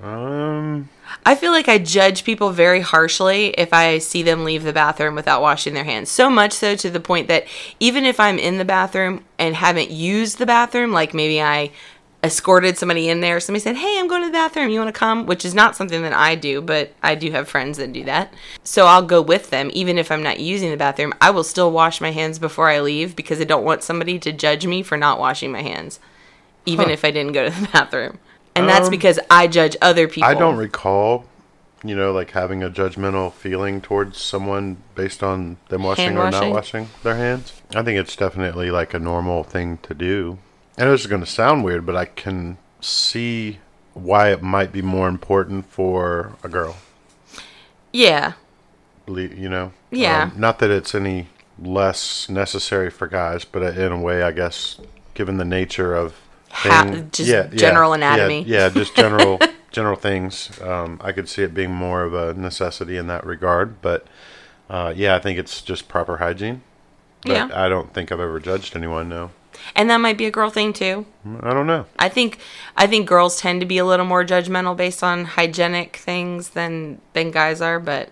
Um. I feel like I judge people very harshly if I see them leave the bathroom without washing their hands. So much so to the point that even if I'm in the bathroom and haven't used the bathroom, like maybe I escorted somebody in there, somebody said, Hey, I'm going to the bathroom. You want to come? Which is not something that I do, but I do have friends that do that. So I'll go with them, even if I'm not using the bathroom. I will still wash my hands before I leave because I don't want somebody to judge me for not washing my hands, even if I didn't go to the bathroom. And that's because I judge other people. Um, I don't recall, you know, like having a judgmental feeling towards someone based on them washing Hand or washing? not washing their hands. I think it's definitely like a normal thing to do. And this is going to sound weird, but I can see why it might be more important for a girl. Yeah. le- you know? Yeah. Um, not that it's any less necessary for guys, but uh, in a way, I guess, given the nature of Ha- thing- just general anatomy. Yeah, yeah just general general things. Um, I could see it being more of a necessity in that regard, but uh, yeah, I think it's just proper hygiene. But Yeah. I don't think I've ever judged anyone. No, And that might be a girl thing too. I don't know. I think I think girls tend to be a little more judgmental based on hygienic things than than guys are, but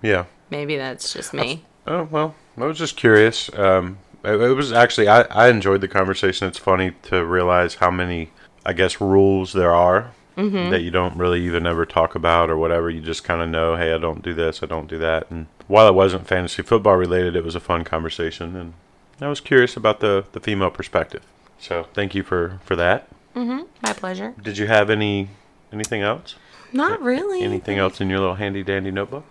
Yeah. maybe that's just me. Oh well, I was just curious. Um, it, it was actually I, I enjoyed the conversation. It's funny to realize how many I guess rules there are Mm-hmm. that you don't really even ever talk about or whatever. You just kind of know, hey, I don't do this, I don't do that. And while it wasn't fantasy football related, it was a fun conversation, and I was curious about the the female perspective. So thank you for for that. My pleasure. Did you have any anything else? Not really. Anything else in your little handy dandy notebook?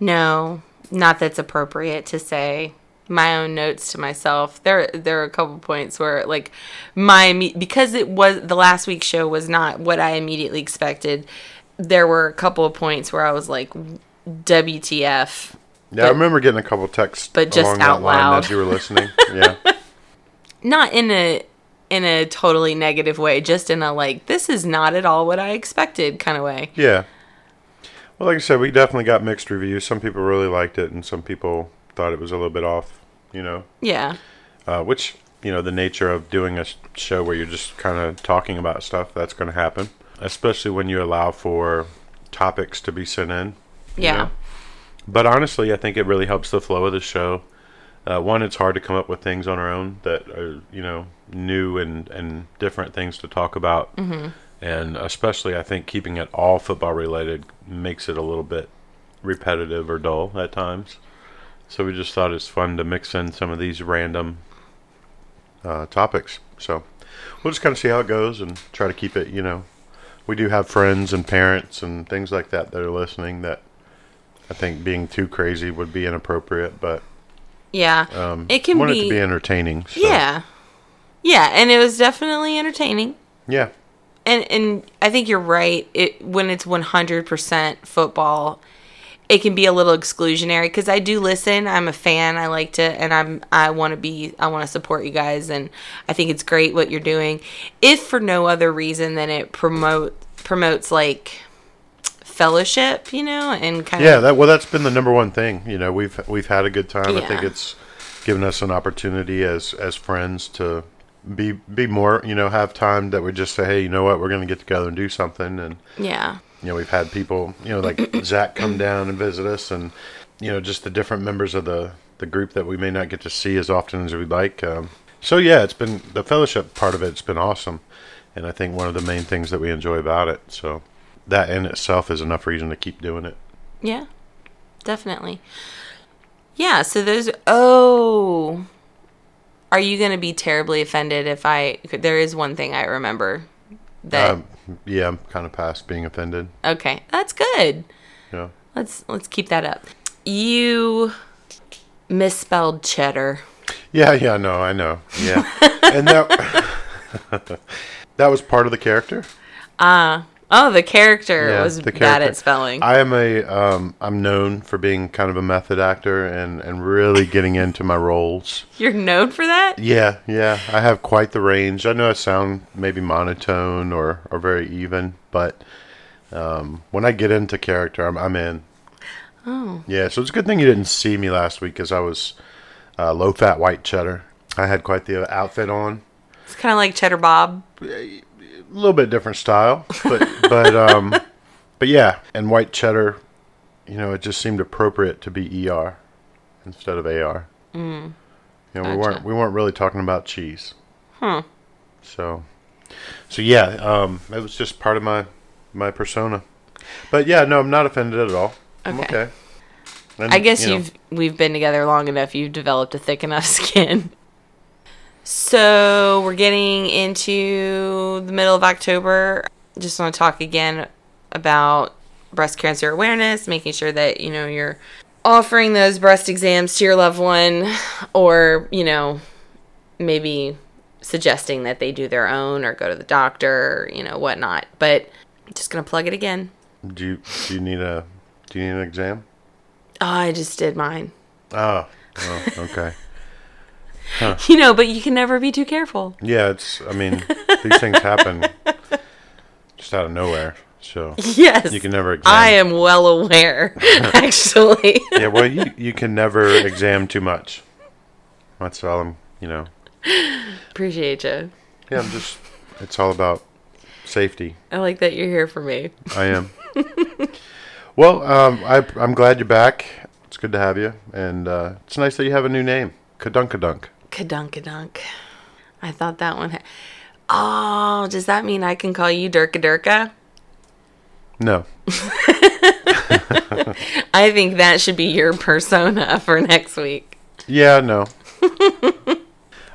No, not that's appropriate to say my own notes to myself. There there are a couple points where like my imme- because it was the last week's show was not what I immediately expected. There were a couple of points where I was like WTF. Yeah, I But- remember getting a couple texts, but just along that out line loud. that you were listening. Yeah. Not in a in a totally negative way, just in a like this is not at all what I expected kind of way. Yeah. Well, like I said, we definitely got mixed reviews. Some people really liked it, and some people thought it was a little bit off, you know, Yeah. uh, which, you know, the nature of doing a s- show where you're just kind of talking about stuff, that's going to happen, especially when you allow for topics to be sent in. you Yeah. know? But honestly, I think it really helps the flow of the show. Uh, one, it's hard to come up with things on our own that are, you know, new and, and different things to talk about. Mm-hmm. And especially, I think keeping it all football related makes it a little bit repetitive or dull at times. So we just thought it's fun to mix in some of these random uh, topics. So we'll just kind of see how it goes and try to keep it, you know. We do have friends and parents and things like that that are listening that I think being too crazy would be inappropriate, but Yeah. um, It can want it be- to be entertaining. So. yeah. Yeah, and it was definitely entertaining. yeah, and and I think you're right. It when it's 100% football, it can be a little exclusionary because I do listen. I'm a fan. I like to, and I'm I want to be. I want to support you guys, and I think it's great what you're doing. If for no other reason than it promote promotes like fellowship, you know, and kind yeah. of That well, that's been the number one thing. You know, we've we've had a good time. I think Yeah. it's given us an opportunity as as friends to be be more. You know, have time that we just say, hey, you know what, we're going to get together and do something, and yeah, you know, we've had people, you know, like Zach come down and visit us, and you know, just the different members of the the group that we may not get to see as often as we'd like. Um, so yeah, it's been the fellowship part of it's been awesome, and I think one of the main things that we enjoy about it. So that in itself is enough reason to keep doing it. yeah, definitely. Yeah, so those oh are you going to be terribly offended if I there is one thing I remember that Um, yeah, I'm kind of past being offended. Okay, that's good. You know, Let's let's keep that up. You misspelled cheddar. Yeah, yeah, no, I know. Yeah, and that that was part of the character. Oh, the character Yeah, was the bad character. at spelling. I am a um, I'm known for being kind of a method actor and and really getting into my roles. You're known for that? Yeah, yeah, I have quite the range. I know I sound maybe monotone or or very even, but um, when I get into character, I'm I'm in. Oh. Yeah, so it's a good thing you didn't see me last week because I was uh, low fat white cheddar. I had quite the outfit on. It's kind of like Cheddar Bob. a little bit different style, but but um, but yeah, and white cheddar, you know, it just seemed appropriate to be ER instead of AR. Mm. You know, we weren't we weren't really talking about cheese. Hmm. So, so yeah, um, it was just part of my my persona, but yeah, no, I'm not offended at all. I'm Okay. okay. And, I guess you know, you've we've been together long enough. You've developed a thick enough skin. So we're getting into the middle of October. Just want to talk again about breast cancer awareness, making sure that you know you're offering those breast exams to your loved one, or you know maybe suggesting that they do their own or go to the doctor, you know whatnot. But just gonna plug it again. do you do you need a do you need an exam? Oh, I just did mine. Oh, well, okay. You know, but you can never be too careful. Yeah, it's. I mean, these things happen just out of nowhere. So Yes. you can never. Exam. I am well aware, actually. Yeah, well, you you can never exam too much. That's all I'm. You know. Appreciate you. Yeah, I'm just. It's all about safety. I like that you're here for me. I am. well, um, I, I'm glad you're back. It's good to have you, and uh, it's nice that you have a new name, Kadunkadunk. Kadunkadunk. I thought that one. Ha- oh, does that mean I can call you Durka Durka? No, I think that should be your persona for next week. yeah, no.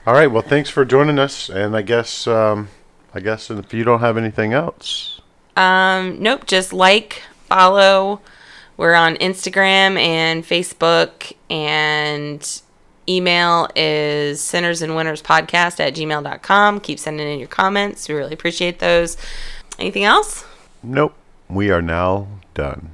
all right. Well, thanks for joining us, and I guess um, I guess if you don't have anything else, Um, nope, just like, follow. We're on Instagram and Facebook, and email is sinners and winners podcast at gmail.com. Keep sending in your comments. We really appreciate those. Anything else? nope. We are now done.